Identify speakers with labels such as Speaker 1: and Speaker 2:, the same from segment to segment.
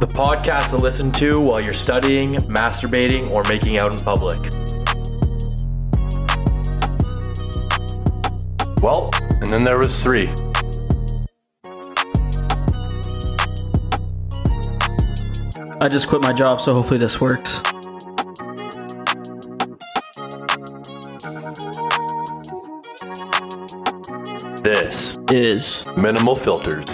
Speaker 1: The podcast to listen to while you're studying, masturbating, or making out in public.
Speaker 2: Well, and then there was three.
Speaker 3: I just quit my job, so hopefully this works.
Speaker 1: This
Speaker 3: Is
Speaker 2: Minimal filters.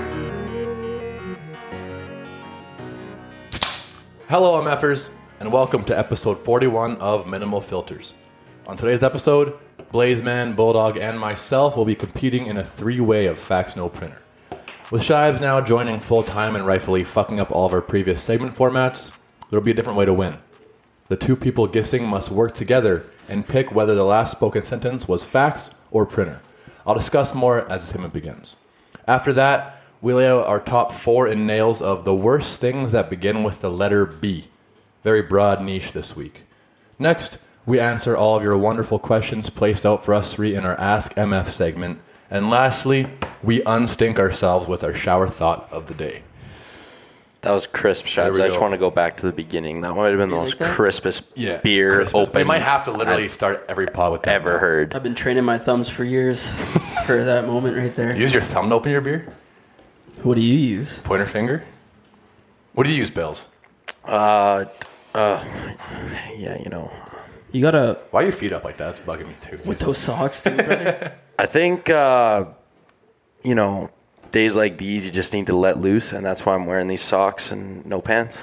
Speaker 2: Hello, MFers, and welcome to episode 41 of Minimal Filters. On today's episode, Blaze Man, Bulldog, and myself will be competing in a three way of Fax No Printer. With Shives now joining full time and rightfully fucking up all of our previous segment formats, there will be a different way to win. The two people guessing must work together and pick whether the last spoken sentence was fax or printer. I'll discuss more as the segment begins. After that, we lay out our top four in nails of the worst things that begin with the letter B. Very broad niche this week. Next, we answer all of your wonderful questions placed out for us three in our Ask MF segment. And lastly, we unstink ourselves with our shower thought of the day.
Speaker 4: That was crisp shots.
Speaker 2: we
Speaker 4: I just
Speaker 2: go.
Speaker 4: want to go back to the beginning. That might have been the most crispest beer
Speaker 2: Christmas.
Speaker 4: open
Speaker 2: We might have to literally start every pod with that.
Speaker 4: ever heard.
Speaker 3: I've been training my thumbs for years for that moment right there.
Speaker 2: Use your thumb to open your beer.
Speaker 3: What do you use?
Speaker 2: Pointer finger. What do you use, Bills?
Speaker 4: Uh, uh, yeah, you know.
Speaker 3: You got a
Speaker 2: Why are your feet up like that? It's bugging me too.
Speaker 3: with those socks, dude. brother?
Speaker 4: I think uh, you know days like these, you just need to let loose, and that's why I'm wearing these socks and no pants.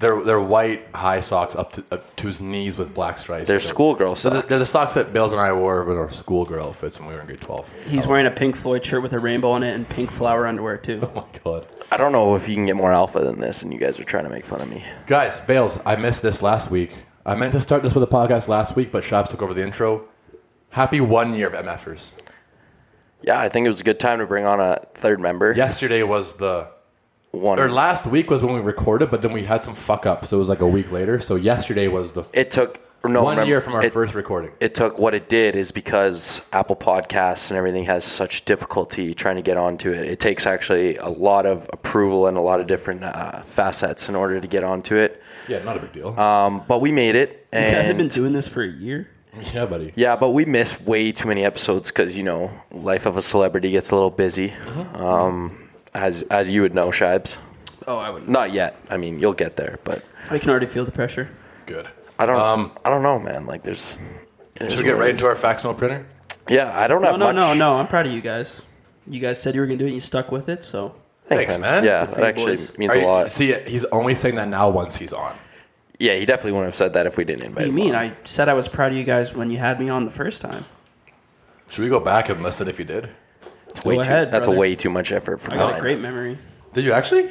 Speaker 2: They're they're white high socks up to up to his knees with black stripes.
Speaker 4: They're schoolgirl
Speaker 2: So they're,
Speaker 4: socks.
Speaker 2: they're the socks that Bills and I wore in our schoolgirl outfits when we were in grade twelve.
Speaker 3: He's wearing a Pink Floyd shirt with a rainbow on it and pink flower underwear too.
Speaker 2: Oh my god,
Speaker 4: I don't know if you can get more alpha than this, and you guys are trying to make fun of me.
Speaker 2: guys, Bales, I missed this last week. I meant to start this with a podcast last week, but Shops took over the intro. Happy one year of MFers.
Speaker 4: Yeah, I think it was a good time to bring on a third member.
Speaker 2: Yesterday was the
Speaker 4: one.
Speaker 2: or last week was when we recorded, but then we had some fuck up, so it was like a week later. So yesterday was the
Speaker 4: it took no
Speaker 2: one
Speaker 4: remember-
Speaker 2: year from our
Speaker 4: it-
Speaker 2: first recording.
Speaker 4: it took what it did is because Apple Podcasts and everything has such difficulty trying to get onto it. It takes actually a lot of approval and a lot of different uh, facets in order to get onto it.
Speaker 2: yeah, not a big deal.
Speaker 4: Um, but we made it,
Speaker 3: You guys have
Speaker 4: and
Speaker 3: been doing this for a year.
Speaker 2: yeah, buddy.
Speaker 4: yeah, but we missed way too many episodes because you know life of a celebrity gets a little busy,
Speaker 2: Mm-hmm.
Speaker 4: um, as as you would know, Shibes.
Speaker 3: Oh, I wouldn't.
Speaker 4: Not yet. I mean, you'll get there, but
Speaker 3: I can already feel the pressure.
Speaker 2: Good.
Speaker 4: I don't.
Speaker 2: Um,
Speaker 4: I don't know, man. Like, there's.
Speaker 2: Should we get right into our fax note printer?
Speaker 4: Yeah, I don't
Speaker 3: No,
Speaker 4: have
Speaker 3: no,
Speaker 4: much.
Speaker 3: no, no. I'm proud of you guys. You guys said you were gonna do it. and You stuck with it. So
Speaker 4: Thanks,
Speaker 2: Thanks, man.
Speaker 4: man. Yeah,
Speaker 2: Good
Speaker 3: for
Speaker 4: that
Speaker 3: you
Speaker 4: actually
Speaker 3: boys.
Speaker 4: means
Speaker 2: Are
Speaker 4: a
Speaker 2: you-
Speaker 4: lot.
Speaker 2: See, he's only saying that now once he's on.
Speaker 4: Yeah, he definitely wouldn't have said that if we didn't invite
Speaker 3: what do you
Speaker 4: him.
Speaker 3: mean?
Speaker 4: on.
Speaker 3: I said I was proud of you guys when you had me on the first time.
Speaker 2: Should we go back and listen if you did?
Speaker 4: It's
Speaker 3: Go
Speaker 4: way too,
Speaker 3: ahead,
Speaker 4: That's
Speaker 3: brother.
Speaker 4: a way too much effort for
Speaker 3: I got
Speaker 4: mine.
Speaker 3: a great memory.
Speaker 2: Did you actually?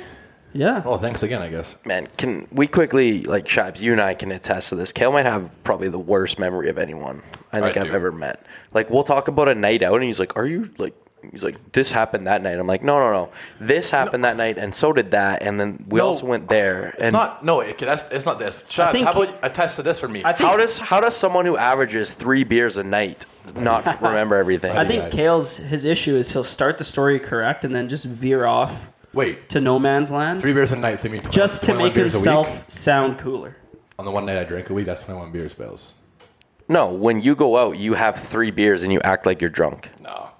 Speaker 3: Yeah.
Speaker 2: Oh, thanks again, I guess.
Speaker 4: Man, can we quickly like Shibes? You and I can attest to this. Kale might have probably the worst memory of anyone I think I have
Speaker 2: do.
Speaker 4: ever met. Like we'll talk about a night out, and he's like, "Are you like?" He's like, "This happened that night." I'm like, "No, no, no. This happened that night, and so did that, and then we
Speaker 2: No,
Speaker 4: also went there."
Speaker 2: It's
Speaker 4: and
Speaker 2: not. No, it, that's, it's not this. Chad,
Speaker 3: think-
Speaker 2: how about you attest to this for me?
Speaker 3: I think
Speaker 4: how does how does someone who averages three beers a night not remember everything?
Speaker 3: I think
Speaker 2: guys.
Speaker 3: Kale's his issue is he'll start the story correct and then just veer off
Speaker 2: Wait,
Speaker 3: to no man's land
Speaker 2: three beers a night, so you mean 20,
Speaker 3: just to
Speaker 2: 21
Speaker 3: make
Speaker 2: beers a week?
Speaker 3: himself sound cooler.
Speaker 2: On the one night I drank a week, that's 21 beers, Bales.
Speaker 4: no, when you go out, you have three beers and you act like you're drunk.
Speaker 2: No.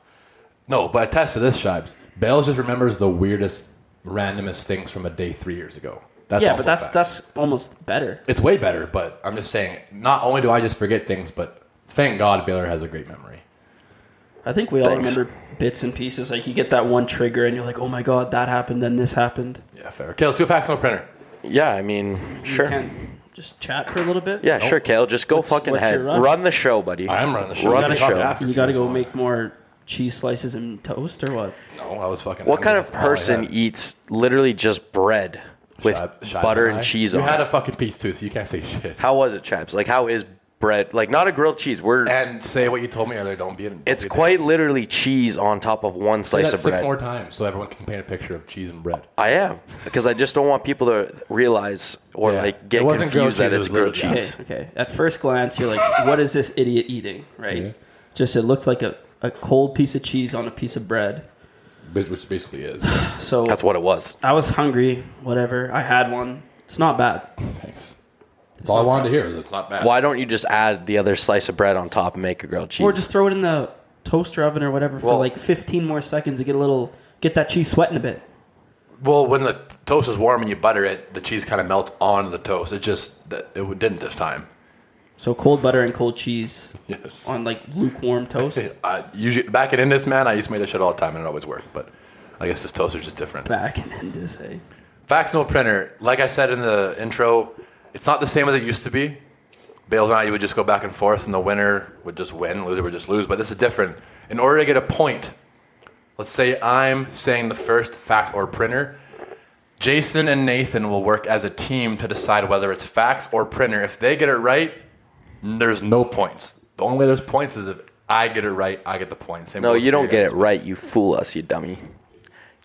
Speaker 2: No, but attest to this, Shibes. Bales just remembers the weirdest, randomest things from a day three years ago. That's
Speaker 3: yeah,
Speaker 2: also
Speaker 3: but that's
Speaker 2: facts.
Speaker 3: that's almost better.
Speaker 2: It's way better, but I'm just saying, not only do I just forget things, but thank God Baylor has a great memory.
Speaker 3: I think we all
Speaker 4: Thanks.
Speaker 3: remember bits and pieces. Like you get that one trigger and you're like, oh my god, that happened, then this happened.
Speaker 2: Yeah, fair. Okay, let's do a fax no printer.
Speaker 4: Yeah, I mean, sure.
Speaker 3: You can just chat for a little bit.
Speaker 4: Yeah, sure, Kale. Just go
Speaker 3: What's-
Speaker 4: fucking
Speaker 3: what's your
Speaker 4: ahead.
Speaker 3: rush?
Speaker 4: Run? the show, buddy.
Speaker 2: I am running the show.
Speaker 4: Run
Speaker 2: You
Speaker 4: the
Speaker 2: gotta talk
Speaker 4: show.
Speaker 2: after
Speaker 3: You got to
Speaker 2: if
Speaker 3: go
Speaker 2: want.
Speaker 3: make more cheese slices and toast or what?
Speaker 2: No, I was fucking.
Speaker 4: What kind
Speaker 2: hungry.
Speaker 4: of
Speaker 2: That's all I
Speaker 4: person
Speaker 2: had.
Speaker 4: eats literally just bread with
Speaker 2: Shib- Shibes
Speaker 4: butter
Speaker 2: I-
Speaker 4: and cheese
Speaker 2: you
Speaker 4: on
Speaker 2: had
Speaker 4: it?
Speaker 2: a fucking piece too, so you can't say shit.
Speaker 4: how was it, chaps? Like, how is bread? Like, not a grilled cheese. We're
Speaker 2: And say what you told me earlier. Don't be. Don't
Speaker 4: it's
Speaker 2: be
Speaker 4: quite literally cheese on top of one
Speaker 2: Say that
Speaker 4: slice of
Speaker 2: six
Speaker 4: bread.
Speaker 2: more times so everyone can paint a picture of cheese and bread.
Speaker 4: I am because I just don't want people to realize or
Speaker 2: Yeah.
Speaker 4: like
Speaker 2: It
Speaker 4: get
Speaker 2: wasn't grilled
Speaker 4: confused that
Speaker 2: cheese, it was
Speaker 4: it's grilled
Speaker 2: literally-
Speaker 3: Okay,
Speaker 4: cheese.
Speaker 3: okay. At first glance, you're like, what is this idiot eating? Right?
Speaker 2: Yeah.
Speaker 3: Just it looked like a, a cold piece of cheese on a piece of bread.
Speaker 2: Which which basically is.
Speaker 3: So
Speaker 4: That's what it was.
Speaker 3: I was hungry. Whatever. I had one. It's not bad.
Speaker 2: Thanks. That's all I wanted to hear. Is it's not bad.
Speaker 4: Why don't you just add the other slice of bread on top and make a grilled cheese?
Speaker 3: Or just throw it in the toaster oven or whatever for
Speaker 2: Well-
Speaker 3: like 15 more seconds to get a little get that cheese sweating a bit.
Speaker 2: Well, when the toast is warm and you butter it, the cheese kind of melts on the toast. It just it didn't this time.
Speaker 3: So cold butter and cold cheese
Speaker 2: Yes.
Speaker 3: on like lukewarm toast.
Speaker 2: I usually back it in this man. I used to make this shit all the time, and it always worked. But I guess this toaster's just different.
Speaker 3: Back and end this. eh?
Speaker 2: Fax no printer. Like I said in the intro, it's not the same as it used to be. Bales and I, you would just go back and forth, and the winner would just win, loser would just lose. But this is different. In order to get a point, let's say I'm saying the first fact or printer. Jason and Nathan will work as a team to decide whether it's fax or printer. If they get it right, there's no points. The only way there's points is if I get it right, I get the points. Same
Speaker 4: no,
Speaker 2: goes
Speaker 4: you
Speaker 2: for
Speaker 4: don't get it
Speaker 2: guys.
Speaker 4: right. You fool us, you dummy.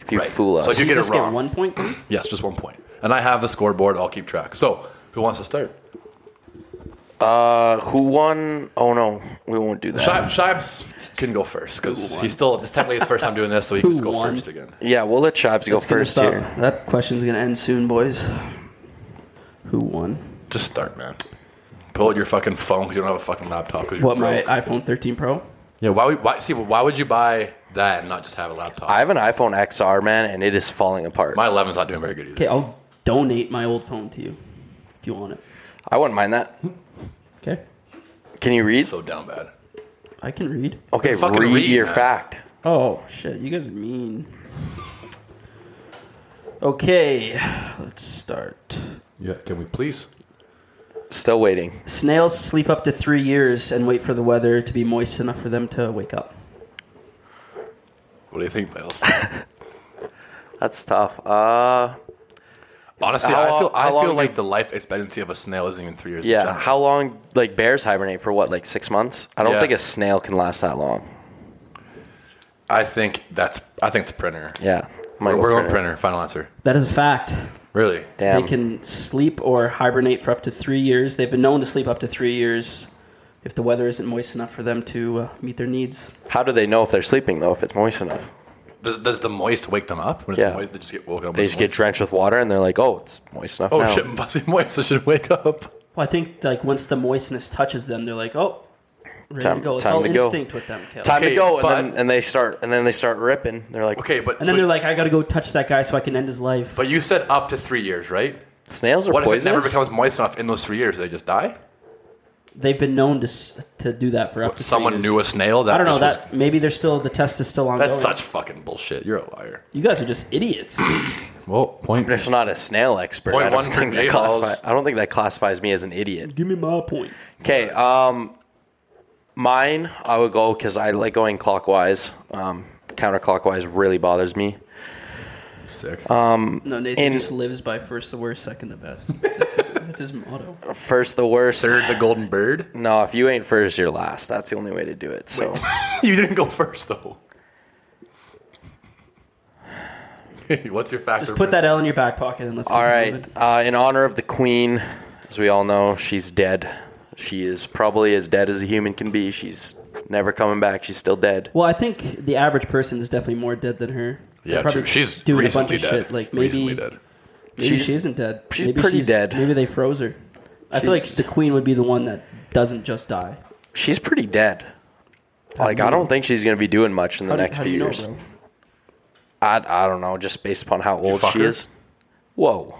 Speaker 4: If you
Speaker 2: Right.
Speaker 4: fool us.
Speaker 2: So if you
Speaker 3: You
Speaker 2: get
Speaker 3: just
Speaker 2: it wrong.
Speaker 3: get one point. then?
Speaker 2: Yes, just one point. And I have the scoreboard. I'll keep track. So, who wants to start?
Speaker 4: Uh, who won? Oh no, we won't do that.
Speaker 2: Shib- Shibes can go first because he's still. It's technically his first time doing this, so he can
Speaker 3: Who
Speaker 2: just go
Speaker 3: won?
Speaker 2: first again.
Speaker 4: Yeah, we'll let Shibes go
Speaker 3: It's gonna
Speaker 4: first
Speaker 3: stop.
Speaker 4: here.
Speaker 3: That question's gonna end soon, boys. Who won?
Speaker 2: Just start, man. Pull out your fucking phone because you don't have a fucking laptop. 'cause you're
Speaker 3: What my
Speaker 2: broke.
Speaker 3: iPhone 13 Pro?
Speaker 2: Yeah. Why? would- Why? See, why would you buy that and not just have a laptop?
Speaker 4: I have an iPhone XR, man, and it is falling apart.
Speaker 2: my 11's not doing very good either.
Speaker 3: Okay, I'll donate my old phone to you if you want it.
Speaker 4: I wouldn't mind that.
Speaker 3: Okay,
Speaker 4: Can you read?
Speaker 2: So down bad.
Speaker 3: I can read.
Speaker 4: Okay,
Speaker 2: fucking
Speaker 4: read,
Speaker 2: read,
Speaker 4: your
Speaker 2: man.
Speaker 4: fact.
Speaker 3: Oh shit, you guys are mean. Okay, let's start.
Speaker 2: Yeah. Can we please?
Speaker 4: Still waiting.
Speaker 3: Snails sleep up to three years and wait for the weather to be moist enough for them to wake up.
Speaker 2: What do you think, Bales?
Speaker 4: That's tough. Uh,
Speaker 2: Honestly,
Speaker 4: How
Speaker 2: I feel.
Speaker 4: lo-
Speaker 2: I
Speaker 4: how long
Speaker 2: feel
Speaker 4: do-
Speaker 2: like the life expectancy of a snail isn't even three years. in
Speaker 4: yeah.
Speaker 2: general.
Speaker 4: How long? Like bears hibernate for what? Like six months? I don't
Speaker 2: Yeah.
Speaker 4: think a snail can last that long.
Speaker 2: I think that's. I think it's printer.
Speaker 4: Yeah.
Speaker 2: We're,
Speaker 4: Michael
Speaker 2: we're going
Speaker 4: Printer.
Speaker 2: printer. Final answer.
Speaker 3: That is a fact.
Speaker 2: Really?
Speaker 4: Damn.
Speaker 3: They can sleep or hibernate for up to three years. They've been known to sleep up to three years if the weather isn't moist enough for them to uh, meet their needs.
Speaker 4: How do they know if they're sleeping though? If it's moist enough?
Speaker 2: Does, does the moist wake them up? When it's
Speaker 4: Yeah.
Speaker 2: moist, they just get woken up.
Speaker 4: They
Speaker 2: with
Speaker 4: just
Speaker 2: moist.
Speaker 4: get drenched with water and they're like, oh, it's moist enough.
Speaker 2: Oh
Speaker 4: now.
Speaker 2: shit, must be moist. I should wake up.
Speaker 3: Well, I think like once the moistness touches them, they're like, oh, ready
Speaker 4: Time-
Speaker 3: to go. It's
Speaker 4: time
Speaker 3: all
Speaker 4: to go.
Speaker 3: instinct with them. Kale.
Speaker 4: Time
Speaker 2: Okay,
Speaker 4: to go,
Speaker 2: but-
Speaker 4: and then and they start and then they start ripping. They're like,
Speaker 2: Okay, but
Speaker 3: And then
Speaker 2: so-
Speaker 3: they're like, I gotta go touch that guy so I can end his life.
Speaker 2: but you said up to three years, right?
Speaker 4: snails are
Speaker 2: What if it
Speaker 4: poisonous.
Speaker 2: never becomes moist enough in those three years? They just die.
Speaker 3: They've been known to s- to do that for up to
Speaker 2: Someone
Speaker 3: three
Speaker 2: knew a
Speaker 3: years.
Speaker 2: snail that.
Speaker 3: I don't know
Speaker 2: just was-
Speaker 3: that Oh, maybe they're still the test is still ongoing.
Speaker 2: that's such fucking bullshit. You're a liar.
Speaker 3: You guys are just idiots.
Speaker 2: Well, point.
Speaker 4: There's not a snail expert.
Speaker 2: Point
Speaker 4: I, don't
Speaker 2: one for
Speaker 4: think that
Speaker 2: J-Halls.
Speaker 4: classify- I don't think that classifies me as an idiot.
Speaker 3: Give me my point.
Speaker 4: Okay, um, mine I would go because I like going clockwise. Um, counterclockwise really bothers me.
Speaker 2: Sick.
Speaker 3: Uh, No, Nathan
Speaker 4: And-
Speaker 3: just lives by first the worst, second the best. That's his, that's his motto.
Speaker 4: First the worst.
Speaker 2: Third, the golden bird.
Speaker 4: No, if you ain't first, you're last. That's the only way to do it. So
Speaker 2: you didn't go first though. What's your factor?
Speaker 3: Just put that L in your back pocket and let's.
Speaker 4: all
Speaker 3: keep
Speaker 4: right,
Speaker 3: moving.
Speaker 4: uh, in honor of the queen, as we all know, she's dead. She is probably as dead as a human can be. She's never coming back. She's still dead.
Speaker 3: Well, I think the average person is definitely more dead than her. They're
Speaker 2: Yeah,
Speaker 3: probably
Speaker 2: true. she's
Speaker 3: doing a bunch
Speaker 2: recently
Speaker 3: of
Speaker 2: dead.
Speaker 3: shit. Like maybe,
Speaker 2: Recently dead.
Speaker 3: maybe
Speaker 4: She's-
Speaker 3: she isn't dead.
Speaker 4: she's
Speaker 3: maybe
Speaker 4: pretty dead.
Speaker 3: Maybe they froze her. I feel like
Speaker 4: She's-
Speaker 3: the queen would be the one that doesn't just die.
Speaker 4: She's pretty dead. Like I don't think she's gonna be doing much in the
Speaker 3: How do-
Speaker 4: next
Speaker 3: how do
Speaker 4: few
Speaker 3: you know,
Speaker 4: years.
Speaker 3: bro?
Speaker 4: I, I don't know, just based upon how old
Speaker 2: fuck
Speaker 4: she
Speaker 2: her?
Speaker 4: is. Whoa.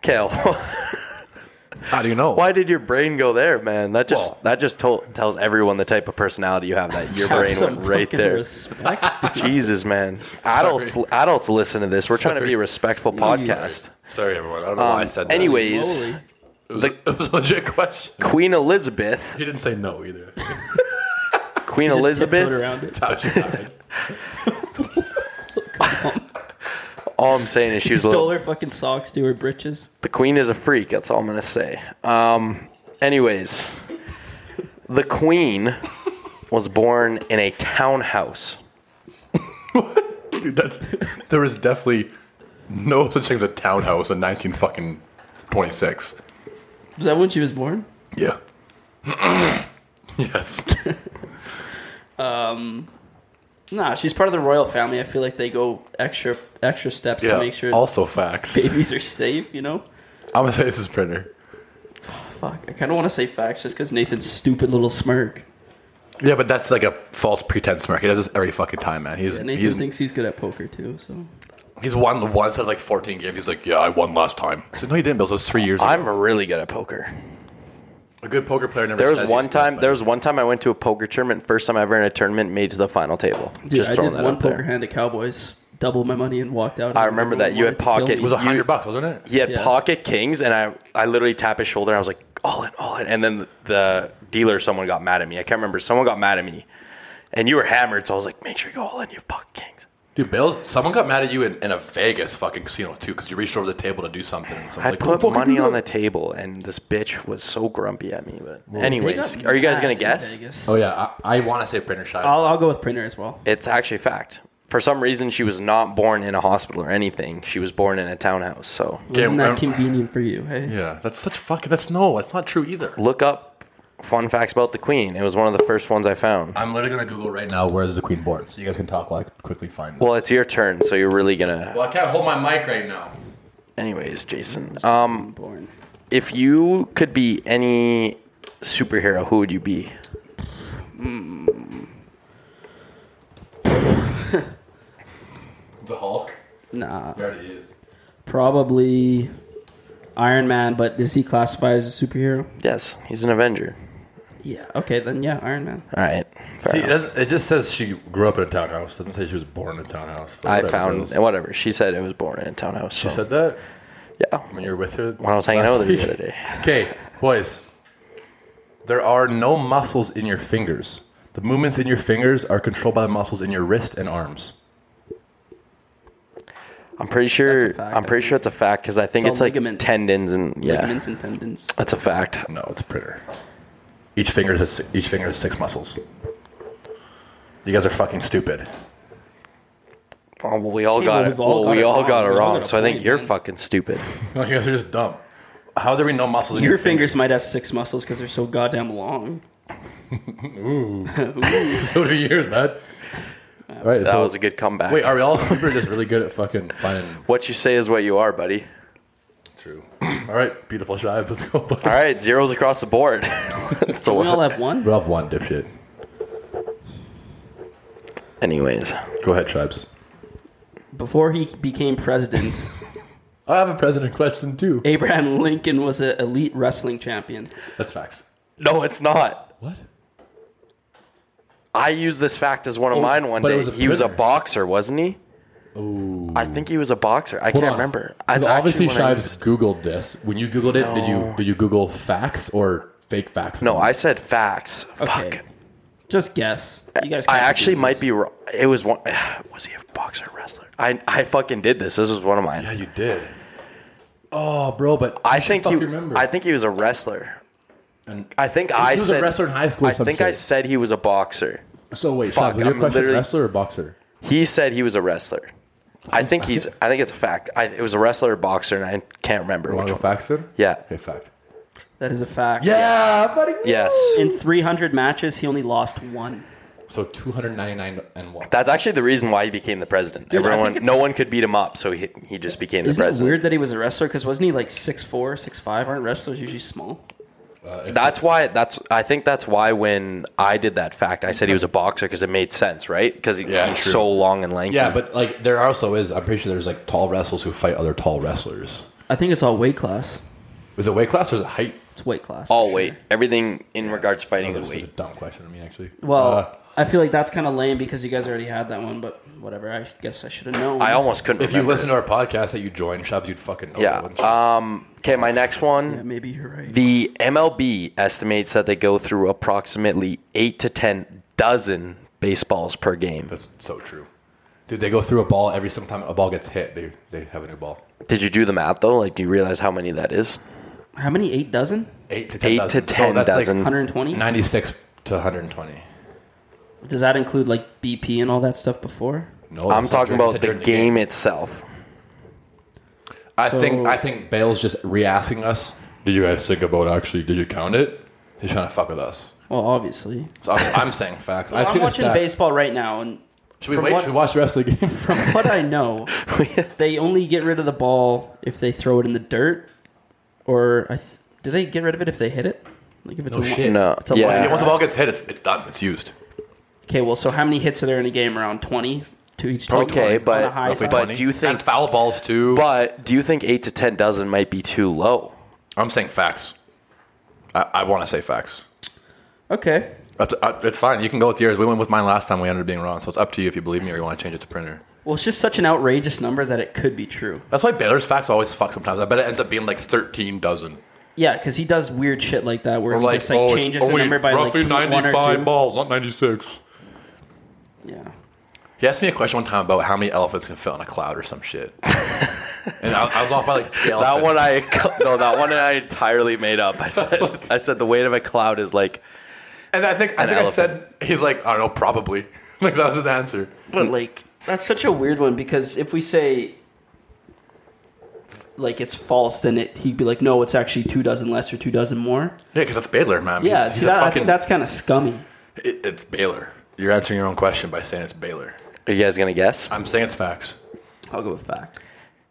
Speaker 4: Kale,
Speaker 2: How do you know?
Speaker 4: why did your brain go there, man? That just
Speaker 2: Well-
Speaker 4: that just tol- tells everyone the type of personality you have. That your
Speaker 3: Have
Speaker 4: brain
Speaker 3: some
Speaker 4: went right
Speaker 3: fucking
Speaker 4: there.
Speaker 3: Respect.
Speaker 4: Jesus, man. Adults adults listen to this. We're trying to be a respectful podcast. Um,
Speaker 2: Sorry, everyone. I don't know why
Speaker 3: Um,
Speaker 2: I said that.
Speaker 4: Anyways,
Speaker 3: Holy.
Speaker 2: it was, it was a legit question.
Speaker 4: Queen Elizabeth,
Speaker 2: He didn't say no either.
Speaker 4: Queen
Speaker 3: Just tiptoed
Speaker 4: Elizabeth.
Speaker 3: around it.
Speaker 2: How she died.
Speaker 4: All I'm saying is she was a
Speaker 3: Stole
Speaker 4: little,
Speaker 3: her fucking socks to her britches.
Speaker 4: the queen is a freak. That's all I'm gonna say. Um, anyways, the queen was born in a townhouse.
Speaker 2: Dude, that's there was definitely no such thing as a townhouse in nineteen fucking twenty six.
Speaker 3: Was that when she was born?
Speaker 2: Yeah. yes.
Speaker 3: Nah, she's part of the royal family. I feel like they go extra extra steps to make sure
Speaker 2: Also facts.
Speaker 3: babies are safe. You know.
Speaker 2: I'm gonna say this is printer.
Speaker 3: Fuck, I kind of want to say facts just because Nathan's stupid little smirk.
Speaker 2: Yeah, but that's like a false pretense mark. He does this every fucking time, man. He's
Speaker 3: And Nathan
Speaker 2: he's,
Speaker 3: thinks he's good at poker too. So
Speaker 2: he's won once out of like 14 games. He's like, yeah, I won last time. I said, no, you didn't, Bill. It was three years. ago.
Speaker 4: I'm really good at poker.
Speaker 2: a good poker player. Never.
Speaker 4: There was
Speaker 2: says
Speaker 4: one
Speaker 2: he's good,
Speaker 4: time.
Speaker 2: but-
Speaker 4: There was one time I went to a poker tournament. First time I ever in a tournament made to the final table.
Speaker 3: dude,
Speaker 4: Just
Speaker 3: I
Speaker 4: throwing
Speaker 3: did
Speaker 4: that
Speaker 3: one
Speaker 4: up
Speaker 3: poker
Speaker 4: there.
Speaker 3: hand at Cowboys, doubled my money and walked out.
Speaker 4: I
Speaker 3: and
Speaker 4: remember
Speaker 3: everyone
Speaker 4: that. You had
Speaker 3: wanted to kill
Speaker 4: pocket-
Speaker 2: It
Speaker 3: me.
Speaker 2: was a
Speaker 4: you-
Speaker 2: hundred bucks, wasn't it?
Speaker 4: He had
Speaker 3: Yeah.
Speaker 4: pocket kings, and I I literally tapped his shoulder. and I was like, all in, all in. And then the dealer, someone got mad at me. I can't remember. Someone got mad at me, and you were hammered. So I was like, make sure you go all in. You have pocket kings.
Speaker 2: Dude, Bill, someone got mad at you in, in a Vegas fucking casino too because you reached over the table to do something. So
Speaker 4: I put money on the table, and this bitch was so grumpy at me. But
Speaker 3: They
Speaker 4: anyways,
Speaker 3: got
Speaker 4: are you guys
Speaker 3: mad
Speaker 4: gonna
Speaker 3: in
Speaker 4: guess?
Speaker 3: Vegas.
Speaker 2: Oh yeah, I, I want to say printer shot.
Speaker 3: I'll, I'll go with printer as well.
Speaker 4: It's actually fact. For some reason, she was not born in a hospital or anything. She was born in a townhouse. So
Speaker 3: Isn't that
Speaker 2: remember-
Speaker 3: convenient for you? Hey,
Speaker 2: yeah, that's such fucking. That's no, that's not true either.
Speaker 4: look up fun facts about the queen. It was one of the first ones I found.
Speaker 2: I'm literally gonna Google right now where is the queen born, so you guys can talk while I quickly find. This.
Speaker 4: Well, it's your turn, so you're really gonna.
Speaker 2: Well, I can't hold my mic right now.
Speaker 4: Anyways, Jason, um,
Speaker 3: born.
Speaker 4: if you could be any superhero, who would you be?
Speaker 2: The Hulk
Speaker 3: Nah,
Speaker 2: already is.
Speaker 3: probably Iron Man. But is he classified as a superhero?
Speaker 4: Yes, he's an Avenger.
Speaker 3: Yeah. Okay, then yeah, Iron Man.
Speaker 4: All right. fair
Speaker 2: See, it,
Speaker 4: enough.
Speaker 2: doesn't, it just says she grew up in a townhouse. Doesn't say she was born in a townhouse.
Speaker 4: I
Speaker 2: Whatever,
Speaker 4: found
Speaker 2: Bill.
Speaker 4: whatever she said. It was born in a townhouse.
Speaker 2: She
Speaker 4: so-
Speaker 2: said that
Speaker 4: yeah.
Speaker 2: when you were with her
Speaker 4: When I was hanging out with her the other day.
Speaker 2: Okay, boys. There are no muscles in your fingers. The movements in your fingers are controlled by the muscles in your wrist and arms.
Speaker 4: I'm pretty sure.
Speaker 3: That's a fact,
Speaker 4: I'm
Speaker 3: I
Speaker 4: pretty sure it's a fact because I think
Speaker 3: all
Speaker 4: it's, like
Speaker 3: ligaments.
Speaker 4: tendons and yeah.
Speaker 3: Ligaments and tendons.
Speaker 4: That's a fact.
Speaker 2: No, it's printer. Each finger is si- each finger is six muscles. You guys are fucking stupid.
Speaker 4: Oh, well, we all
Speaker 3: Okay,
Speaker 4: got
Speaker 3: well,
Speaker 4: it.
Speaker 3: we've all
Speaker 4: Well,
Speaker 3: got
Speaker 4: we
Speaker 3: it
Speaker 4: all
Speaker 3: wrong.
Speaker 4: got it
Speaker 3: We all
Speaker 4: wrong.
Speaker 3: got a
Speaker 4: so I think
Speaker 3: point,
Speaker 4: you're
Speaker 3: man.
Speaker 4: fucking stupid.
Speaker 2: No, you guys are just dumb. How are there no muscles in your,
Speaker 3: Your fingers might have six muscles because they're so goddamn long.
Speaker 2: so do yours, man. All right,
Speaker 4: That
Speaker 2: so
Speaker 4: was a good comeback.
Speaker 2: wait, are we all we're just really good at fucking finding
Speaker 4: what you say is what you are, buddy.
Speaker 2: true? All right, beautiful shives. Let's go.
Speaker 4: All right, zeros across the board. That's a
Speaker 3: We all
Speaker 4: lot.
Speaker 3: have one.
Speaker 2: We all have one dipshit.
Speaker 4: Anyways,
Speaker 2: Go ahead, shives.
Speaker 3: Before he became president,
Speaker 2: I have a president question too.
Speaker 3: Abraham Lincoln was an elite wrestling champion.
Speaker 2: That's facts.
Speaker 4: no, it's not.
Speaker 2: What?
Speaker 4: I used this fact as one
Speaker 3: Oh,
Speaker 4: of mine one
Speaker 2: but it
Speaker 4: day.
Speaker 2: was a
Speaker 4: he was a
Speaker 2: printer.
Speaker 4: boxer, wasn't he? I think he was a boxer. I can't remember. That's actually
Speaker 2: obviously,
Speaker 4: when I
Speaker 2: Shives
Speaker 4: used-
Speaker 2: googled this. When you googled it, did you did you Google facts or fake facts?
Speaker 4: No, I said facts.
Speaker 3: Okay.
Speaker 4: Fuck.
Speaker 3: Just guess. You guys.
Speaker 4: I
Speaker 3: can't
Speaker 4: actually
Speaker 3: do
Speaker 4: might
Speaker 3: this.
Speaker 4: be wrong. It was one. Was he a boxer or wrestler? I I fucking did this. This was one of mine.
Speaker 2: Yeah, you did. Oh, bro, but
Speaker 4: I
Speaker 2: you should
Speaker 4: think he.
Speaker 2: fucking remember.
Speaker 4: I think he was a wrestler.
Speaker 2: And-
Speaker 4: I think I
Speaker 2: he was a
Speaker 4: said
Speaker 2: wrestler in high school or
Speaker 4: I
Speaker 2: some
Speaker 4: think I
Speaker 2: shit.
Speaker 4: said he was a boxer.
Speaker 2: so. Wait,
Speaker 4: fuck,
Speaker 2: Shives, was your
Speaker 4: I'm
Speaker 2: question
Speaker 4: literally-
Speaker 2: wrestler or boxer?
Speaker 4: He said he was a wrestler. I think he's. I think it's a fact. I, it was a wrestler or boxer, and I can't remember
Speaker 2: Want
Speaker 4: which
Speaker 2: to go
Speaker 4: one.
Speaker 2: facts then?
Speaker 4: Yeah.
Speaker 2: Okay, fact.
Speaker 3: That is a fact.
Speaker 2: Yeah, buddy.
Speaker 4: Yes.
Speaker 3: In 300 matches, he only lost one.
Speaker 2: So two hundred ninety nine and one.
Speaker 4: That's actually the reason why he became the president.
Speaker 3: Dude, I think
Speaker 4: Everyone,
Speaker 3: it's-
Speaker 4: no one could beat him up, so he, he just became the
Speaker 3: Isn't it
Speaker 4: president.
Speaker 3: weird that he was a wrestler? Because wasn't he like 6'4", 6'5"? Aren't wrestlers usually small?
Speaker 4: That's why. That's. I think that's why when I did that fact, I said he was a boxer because it made sense, right? Because he,
Speaker 2: Yeah,
Speaker 4: he's
Speaker 2: true.
Speaker 4: so long and lanky.
Speaker 2: yeah, but like there also is. I'm pretty sure there's like tall wrestlers who fight other tall wrestlers.
Speaker 3: I think it's all weight class.
Speaker 2: Is it weight class or is it height?
Speaker 3: It's weight class.
Speaker 4: all
Speaker 3: for
Speaker 4: weight.
Speaker 3: sure.
Speaker 4: Everything in regards to fighting
Speaker 2: That was
Speaker 4: is
Speaker 2: such a
Speaker 4: weight.
Speaker 2: dumb question to me, actually.
Speaker 3: Well,
Speaker 2: Uh,
Speaker 3: I feel like that's kind of lame because you guys already had that one, but whatever. I guess I should have known.
Speaker 4: I almost couldn't.
Speaker 2: If you
Speaker 4: remember.
Speaker 2: listen to our podcast that you join, Shabs, you'd fucking know.
Speaker 4: yeah.
Speaker 2: that, wouldn't you?
Speaker 4: Um. Okay. My next one.
Speaker 3: Yeah, maybe you're right.
Speaker 4: The MLB estimates that they go through approximately eight to ten dozen baseballs per game.
Speaker 2: That's so true. Dude, they go through a ball every single time a ball gets hit. They they have a new ball.
Speaker 4: Did you do the math though? Like, do you realize how many that is?
Speaker 3: How many? Eight dozen?
Speaker 2: Eight to ten.
Speaker 4: Eight
Speaker 2: dozen.
Speaker 4: to ten
Speaker 2: So that's
Speaker 4: dozen.
Speaker 2: like
Speaker 3: 120?
Speaker 2: ninety six to hundred and twenty.
Speaker 3: Does that include like BP and all that stuff before?
Speaker 2: No,
Speaker 4: I'm
Speaker 2: that's not
Speaker 4: talking
Speaker 2: during-
Speaker 4: about
Speaker 2: that's
Speaker 4: the
Speaker 2: during
Speaker 4: game, itself.
Speaker 2: I
Speaker 3: So-
Speaker 2: think I think Bale's just re-asking us. Did you guys think about actually? Did you count it? He's trying to fuck with us.
Speaker 3: Well, obviously.
Speaker 2: So I'm, I'm saying facts. I've
Speaker 3: I'm
Speaker 2: seen a
Speaker 3: watching
Speaker 2: stat.
Speaker 3: baseball right now, and
Speaker 2: Should we
Speaker 3: From
Speaker 2: wait?
Speaker 3: what-
Speaker 2: Should we watch the rest of the game?
Speaker 3: From what I know, they only get rid of the ball if they throw it in the dirt, or I th- do they get rid of it if they hit it? Like if it's
Speaker 2: No
Speaker 3: a
Speaker 2: shit.
Speaker 4: No.
Speaker 3: It's a
Speaker 2: Yeah,
Speaker 4: yeah.
Speaker 2: once the ball gets hit, it's, it's done. It's used.
Speaker 3: Okay, well, so how many hits are there in a game? Around twenty to each team.
Speaker 4: Okay,
Speaker 3: On the
Speaker 4: but
Speaker 3: high
Speaker 2: Roughly
Speaker 3: side?
Speaker 4: but
Speaker 2: 20.
Speaker 4: do you think-
Speaker 2: and foul balls too?
Speaker 4: But do you think eight to ten dozen might be too low?
Speaker 2: I'm saying facts. I, I want to say facts.
Speaker 3: okay,
Speaker 2: Up to- uh, it's fine. You can go with yours. We went with mine last time. We ended up being wrong. So it's up to you if you believe me or you want to change it to printer.
Speaker 3: well, it's just such an outrageous number that it could be true.
Speaker 2: That's why Baylor's facts always fuck sometimes. I bet it ends up being like 13 dozen.
Speaker 3: Yeah, because he does weird shit like that, where
Speaker 2: Or
Speaker 3: he
Speaker 2: like,
Speaker 3: just like
Speaker 2: oh, it's
Speaker 3: changes the
Speaker 2: only
Speaker 3: number by like
Speaker 2: roughly
Speaker 3: two, one or
Speaker 2: 95
Speaker 3: two.
Speaker 2: balls, not 96.
Speaker 3: Yeah.
Speaker 2: He asked me a question one time about how many elephants can fit on a cloud or some shit. and I, I was off by like three elephants.
Speaker 4: That one I no, that one I entirely made up. I said I said the weight of a cloud is like
Speaker 2: And I think, I,
Speaker 4: An
Speaker 2: think I
Speaker 4: elephant.
Speaker 2: said, he's like, I don't know, probably. like that was his answer.
Speaker 3: But like that's such a weird one because if we say like it's false, then it, he'd be like, no, it's actually two dozen less or two dozen more.
Speaker 2: Yeah, because that's Baylor, man.
Speaker 3: Yeah,
Speaker 2: He's-
Speaker 3: see
Speaker 2: he's a
Speaker 3: that, I
Speaker 2: fucking-
Speaker 3: think that's kind of scummy.
Speaker 2: It, it's Baylor. You're answering your own question by saying it's Baylor.
Speaker 4: Are you guys gonna guess?
Speaker 2: I'm saying it's facts.
Speaker 3: I'll go with fact.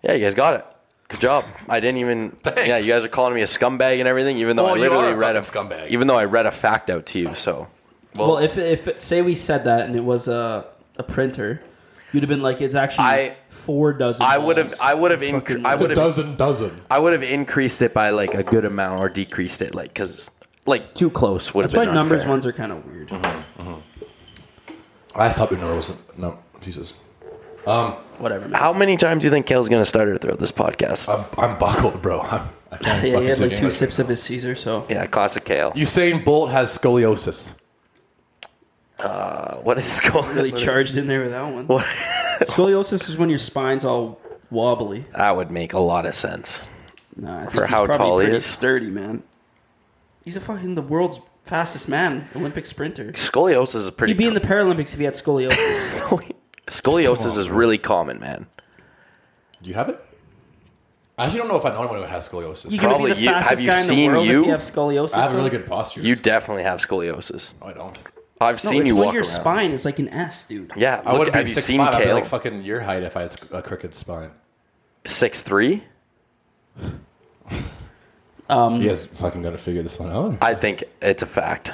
Speaker 4: Yeah, you guys got it. Good job. I didn't even. Yeah, you guys are calling me a scumbag and everything, even though
Speaker 2: Well,
Speaker 4: I
Speaker 2: you
Speaker 4: literally
Speaker 2: are a
Speaker 4: read a
Speaker 2: fucking scumbag.
Speaker 4: Even though I read a fact out to you, so
Speaker 3: Well, if if it- say we said that and it was a a printer, you'd have been like, it's actually
Speaker 4: I-
Speaker 3: four dozen.
Speaker 4: I would have.
Speaker 3: balls.
Speaker 4: I would have. Inc- I
Speaker 3: It's
Speaker 4: would have.
Speaker 5: dozen dozen.
Speaker 4: I would have increased it by like a good amount or decreased it, like because like too close would have
Speaker 3: That's why
Speaker 4: been.
Speaker 3: numbers
Speaker 4: unfair.
Speaker 3: ones are kind of weird.
Speaker 2: Mm-hmm. I stopped your numbers. No, Jesus.
Speaker 3: Whatever. Man.
Speaker 4: How many times do you think Kale's gonna start her throughout this podcast?
Speaker 2: I'm, I'm buckled, bro. I'm, I can't
Speaker 3: yeah,
Speaker 2: fucking
Speaker 3: he had
Speaker 2: speak
Speaker 3: like two
Speaker 2: English.
Speaker 3: sips of his Caesar, so
Speaker 4: yeah, classic Kale.
Speaker 2: Usain Bolt has scoliosis.
Speaker 4: Uh, what is going?
Speaker 3: really charged in there with that one.
Speaker 4: What?
Speaker 3: Scoliosis is when your spine's all wobbly.
Speaker 4: that would make a lot of sense.
Speaker 3: Nah, I think
Speaker 4: For
Speaker 3: he's
Speaker 4: how
Speaker 3: probably
Speaker 4: tall he
Speaker 3: pretty
Speaker 4: is?
Speaker 3: sturdy, man. He's a fucking the world's fastest man, Olympic sprinter.
Speaker 4: Scoliosis is pretty.
Speaker 3: He'd be in the Paralympics if he had scoliosis.
Speaker 4: Scoliosis is really common, man.
Speaker 2: Do you have it? I actually don't know if I know anyone who has scoliosis.
Speaker 3: You gonna
Speaker 4: Probably
Speaker 3: be the
Speaker 4: you- have
Speaker 3: fastest
Speaker 4: you
Speaker 3: guy
Speaker 4: seen
Speaker 3: in the world
Speaker 4: you?
Speaker 3: if you have scoliosis.
Speaker 2: I have a really
Speaker 3: though?
Speaker 2: good posture.
Speaker 4: You definitely have scoliosis.
Speaker 2: No, I don't.
Speaker 4: I've
Speaker 3: No,
Speaker 4: seen
Speaker 3: it's
Speaker 4: you
Speaker 3: when
Speaker 4: walk
Speaker 3: your
Speaker 4: around.
Speaker 3: spine is like an S, dude.
Speaker 4: Yeah,
Speaker 2: I
Speaker 4: look,
Speaker 2: would
Speaker 4: have
Speaker 2: be
Speaker 4: you
Speaker 2: six
Speaker 4: seen
Speaker 2: five. I'd be
Speaker 4: Kale?
Speaker 2: like fucking your height if I had sc- a crooked spine.
Speaker 4: six three?
Speaker 3: Um,
Speaker 2: you guys fucking got to figure this one out.
Speaker 4: I think it's a fact.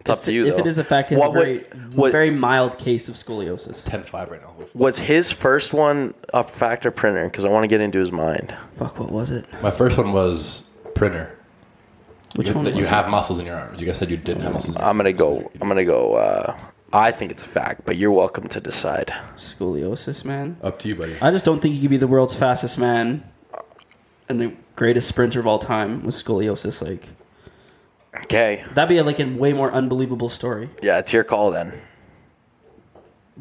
Speaker 4: It's up
Speaker 3: If-
Speaker 4: to you.
Speaker 3: If
Speaker 4: though.
Speaker 3: it is a fact, he has a
Speaker 4: What
Speaker 3: very,
Speaker 4: would- what-
Speaker 3: very mild case of scoliosis.
Speaker 2: 10-5 right now.
Speaker 4: was his first one a factor printer? Because I want to get into his mind.
Speaker 3: Fuck, what was it?
Speaker 2: My first one was printer.
Speaker 3: Which
Speaker 2: You,
Speaker 3: one?
Speaker 2: that you
Speaker 3: was
Speaker 2: have muscles in your arms. You guys said you didn't have muscles. In your
Speaker 4: I'm gonna go. I'm gonna go. Uh, I think it's a fact, but you're welcome to decide.
Speaker 3: it? scoliosis, man.
Speaker 2: Up to you, buddy.
Speaker 3: I just don't think he could be the world's fastest man and the greatest sprinter of all time with scoliosis. Like
Speaker 4: Okay.
Speaker 3: that'd be like a way more unbelievable story.
Speaker 4: Yeah, it's your call then.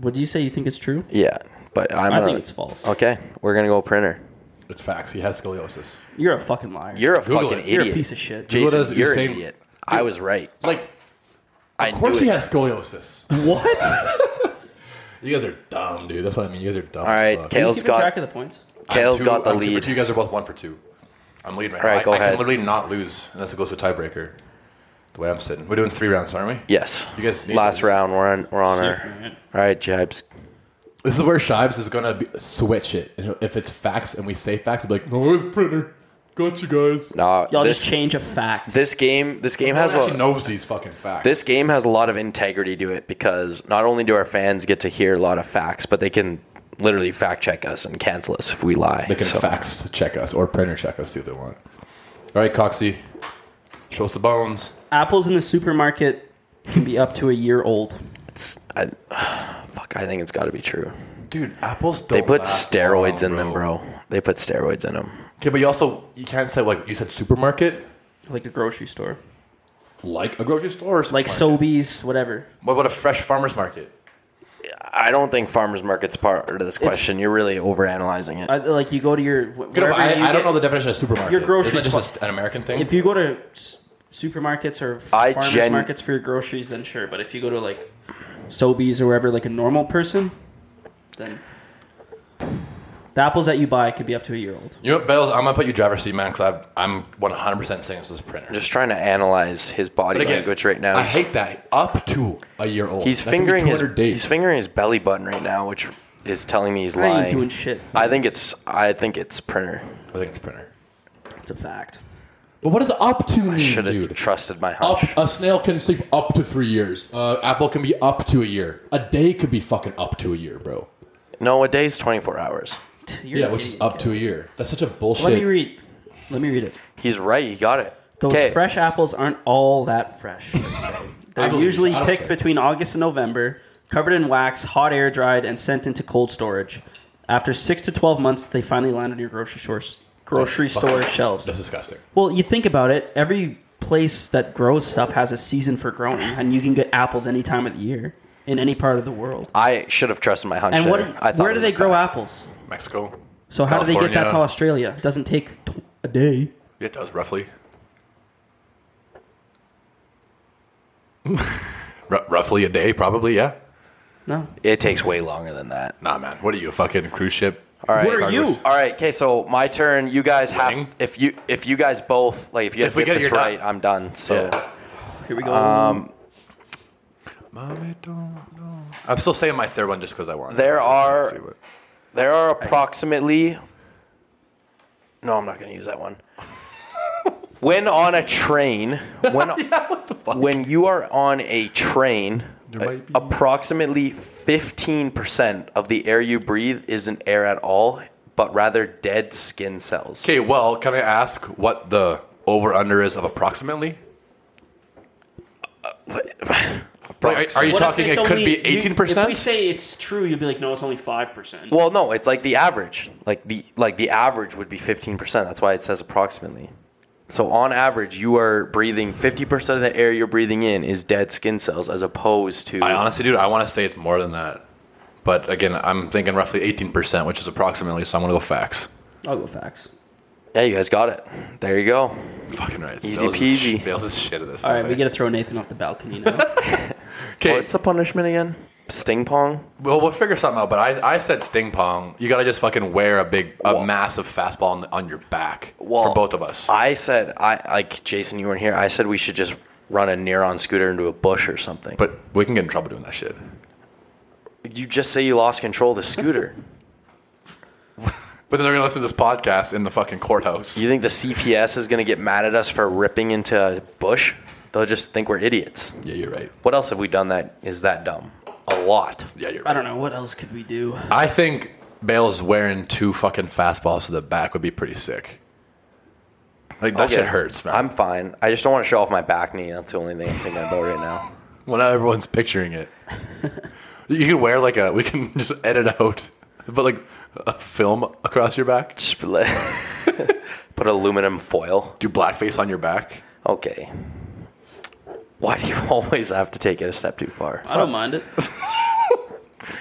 Speaker 3: Would you say you think it's true?
Speaker 4: Yeah, but I'm.
Speaker 3: I
Speaker 4: gonna-
Speaker 3: think it's false.
Speaker 4: Okay, we're gonna go printer.
Speaker 2: It's facts. He has scoliosis.
Speaker 3: You're a fucking liar.
Speaker 4: You're a
Speaker 2: Google
Speaker 4: fucking
Speaker 2: it.
Speaker 4: idiot.
Speaker 3: You're a piece of shit.
Speaker 2: Google
Speaker 4: Jason,
Speaker 2: does-
Speaker 4: you're an
Speaker 2: Usain-
Speaker 4: idiot. I was right.
Speaker 2: Like,
Speaker 4: I
Speaker 2: of course
Speaker 4: knew
Speaker 2: he
Speaker 4: it.
Speaker 2: has scoliosis.
Speaker 3: what?
Speaker 2: You guys are dumb, dude. That's what I mean. You guys are dumb.
Speaker 4: All right,
Speaker 2: as fuck.
Speaker 4: Kale- Kale's
Speaker 3: Keeping
Speaker 4: got-
Speaker 3: track of the points.
Speaker 2: I'm
Speaker 4: Kale's
Speaker 2: two-
Speaker 4: got the
Speaker 2: I'm Two for
Speaker 4: lead.
Speaker 2: two. You guys are both one for two. I'm leading right
Speaker 4: All
Speaker 2: now.
Speaker 4: right,
Speaker 2: I,
Speaker 4: go
Speaker 2: I
Speaker 4: ahead.
Speaker 2: can literally not lose unless it goes to a tiebreaker. The way I'm sitting, we're doing three rounds, aren't we?
Speaker 4: Yes.
Speaker 2: You guys need
Speaker 4: Last
Speaker 2: this.
Speaker 4: round, we're on. We're on
Speaker 3: Sick,
Speaker 4: our.
Speaker 3: man.
Speaker 4: All right, Jibes.
Speaker 2: This is where Shibes is gonna be, switch it. And If it's facts and we say facts, he'll be like, "No, it's printer." Got you guys.
Speaker 4: No,
Speaker 3: Y'all
Speaker 4: this
Speaker 3: just change a fact.
Speaker 4: this game. This game
Speaker 2: No one
Speaker 4: has a.
Speaker 2: actually knows these fucking facts.
Speaker 4: This game has a lot of integrity to it because not only do our fans get to hear a lot of facts, but they can literally fact check us and cancel us if we lie.
Speaker 2: they can
Speaker 4: So,
Speaker 2: fax check us or printer check us if they want. All right, Coxie, show us the bones.
Speaker 3: Apples in the supermarket can be up to a year old.
Speaker 4: it's- I, fuck, I think it's got to be true.
Speaker 2: Dude, apples. Don't
Speaker 4: They put steroids in them, bro. They put steroids in them.
Speaker 2: Okay, but you also you can't say like you said supermarket,
Speaker 3: Like a grocery store.
Speaker 2: like a grocery store, or
Speaker 3: Like
Speaker 2: supermarket.
Speaker 3: Sobeys, whatever.
Speaker 2: What about a fresh farmer's market?
Speaker 4: I don't think farmers market's part of this question. You're really overanalyzing it.
Speaker 3: I, like you go to your. wh-
Speaker 2: Good,
Speaker 3: wherever
Speaker 2: I, I
Speaker 3: you
Speaker 2: don't
Speaker 3: get-
Speaker 2: know the definition of supermarket.
Speaker 3: Your grocery
Speaker 2: Isn't it
Speaker 3: spot-
Speaker 2: just a- an American thing.
Speaker 3: If you go to s- supermarkets or
Speaker 4: I
Speaker 3: farmers
Speaker 4: gen-
Speaker 3: markets for your groceries, then sure. But if you go to like Sobeys or wherever, like a normal person, then The apples that you buy could be up to a year old.
Speaker 2: You know what, Bells? I'm gonna put you driver's seat, man, because I'm 100% saying this is a printer.
Speaker 4: I'm just trying to analyze his body
Speaker 2: But again,
Speaker 4: language right now.
Speaker 2: I
Speaker 4: He's-
Speaker 2: hate that. Up to a year old.
Speaker 4: He's
Speaker 2: That could be
Speaker 4: fingering his
Speaker 2: 200 days.
Speaker 4: he's fingering his belly button right now, which is telling me he's
Speaker 3: I ain't
Speaker 4: lying.
Speaker 3: doing shit.
Speaker 4: I think it's I think it's printer.
Speaker 2: I think it's printer.
Speaker 3: It's a fact.
Speaker 2: But what does up to mean,
Speaker 4: Should have
Speaker 2: dude?
Speaker 4: trusted my
Speaker 2: Up,
Speaker 4: hunch.
Speaker 2: a snail can sleep up to three years. Uh, apple can be up to a year. A day could be fucking up to a year, bro.
Speaker 4: No, a day's 24 hours.
Speaker 3: You're
Speaker 2: yeah,
Speaker 3: an
Speaker 2: which is
Speaker 3: idiot,
Speaker 2: up
Speaker 3: kid.
Speaker 2: to a year. That's such a bullshit.
Speaker 3: Let me read. Let me read it.
Speaker 4: He's right. He got it.
Speaker 3: Those
Speaker 4: 'Kay.
Speaker 3: fresh apples aren't all that fresh. per se.
Speaker 2: I
Speaker 3: They're
Speaker 2: believe
Speaker 3: usually
Speaker 2: you. I don't
Speaker 3: picked
Speaker 2: care.
Speaker 3: between August and November, covered in wax, hot air dried, and sent into cold storage. After six to twelve months, they finally land on your grocery store grocery
Speaker 2: Fucking-
Speaker 3: store shelves.
Speaker 2: That's disgusting.
Speaker 3: Well, you think about it. Every place that grows stuff has a season for growing, and you can get apples any time of the year in any part of the world.
Speaker 4: I should have trusted my hunch.
Speaker 3: And what?
Speaker 4: there. I thought
Speaker 3: where
Speaker 4: it
Speaker 3: do
Speaker 4: was
Speaker 3: they
Speaker 4: a
Speaker 3: grow
Speaker 4: fact.
Speaker 3: apples?
Speaker 2: Mexico.
Speaker 3: So how do they get that to
Speaker 2: California.
Speaker 3: Australia? It doesn't take t- a day.
Speaker 2: It does roughly. R- roughly a day, probably. Yeah.
Speaker 3: No.
Speaker 4: It takes way longer than that.
Speaker 2: Nah, man. What are you, a fucking cruise ship?
Speaker 4: All right.
Speaker 3: What are you?
Speaker 4: All right. Okay. So my turn. You guys have
Speaker 2: Winning?
Speaker 4: if you if you guys both like if you guys
Speaker 2: If we
Speaker 4: get,
Speaker 2: get it,
Speaker 4: this
Speaker 2: you're done.
Speaker 4: right, I'm done. So
Speaker 2: Yeah.
Speaker 3: Here we go.
Speaker 4: Um,
Speaker 2: Mommy don't know. I'm still saying my third one just because I want. it.
Speaker 4: There are- there are approximately. No, I'm not going to use that one. when on a train, when when you are on a train,
Speaker 2: There might be-
Speaker 4: approximately 15% of the air you breathe isn't air at all, but rather dead skin cells.
Speaker 2: Okay, well, can I ask what the over under is of approximately? Like, are, are you
Speaker 3: Uh, What if
Speaker 2: talking?
Speaker 3: it's
Speaker 2: It could
Speaker 3: only-
Speaker 2: be
Speaker 3: you-
Speaker 2: eighteen
Speaker 3: If we
Speaker 2: percent.
Speaker 3: say it's true, you'd be like, no, it's only five percent.
Speaker 4: Well, no, it's like the average. Like the like the average would be 15%. That's why it says approximately. So on average, you are breathing 50% of the air you're breathing in is dead skin cells as opposed to
Speaker 2: I honestly, dude, I want to say it's more than that, but again, I'm thinking roughly eighteen percent, which is approximately. So I'm gonna go facts.
Speaker 3: I'll go facts.
Speaker 4: Yeah, you guys got it. There you go.
Speaker 2: Fucking right. It's
Speaker 4: Easy
Speaker 2: Bill's is sh-
Speaker 4: peasy.
Speaker 2: Bill's is shit at this.
Speaker 3: All right, we got to throw Nathan off the balcony now.
Speaker 2: Okay.
Speaker 4: What's the punishment again? Sting pong?
Speaker 2: Well, we'll figure something out. But I, I said sting pong. You gotta just fucking wear a big, a
Speaker 4: Well-
Speaker 2: massive fastball on, on your back for both of us.
Speaker 4: I said I like Jason, you weren't here. I said we should just run a Neron scooter into a bush or something.
Speaker 2: but we can get in trouble doing that shit.
Speaker 4: you just say you lost control of the scooter.
Speaker 2: But then they're gonna listen to this podcast in the fucking courthouse.
Speaker 4: you think the CPS is gonna get mad at us for ripping into a bush? They'll just think we're idiots.
Speaker 2: Yeah, you're right.
Speaker 4: What else have we done that is that dumb? A lot.
Speaker 2: Yeah, you're
Speaker 3: I
Speaker 2: right.
Speaker 3: don't know what else could we do.
Speaker 2: I think Bale's wearing two fucking fastballs to the back would be pretty sick. Like that
Speaker 4: Okay.
Speaker 2: shit hurts, man.
Speaker 4: I'm fine. I just don't want to show off my back knee. That's the only thing I'm thinking about right now.
Speaker 2: Well, now everyone's picturing it. you can wear like a. We can just edit out, but like a film across your back.
Speaker 4: Just let- Put aluminum foil.
Speaker 2: Do blackface on your back.
Speaker 4: Okay. Why do you always have to take it a step too far?
Speaker 3: I don't mind it.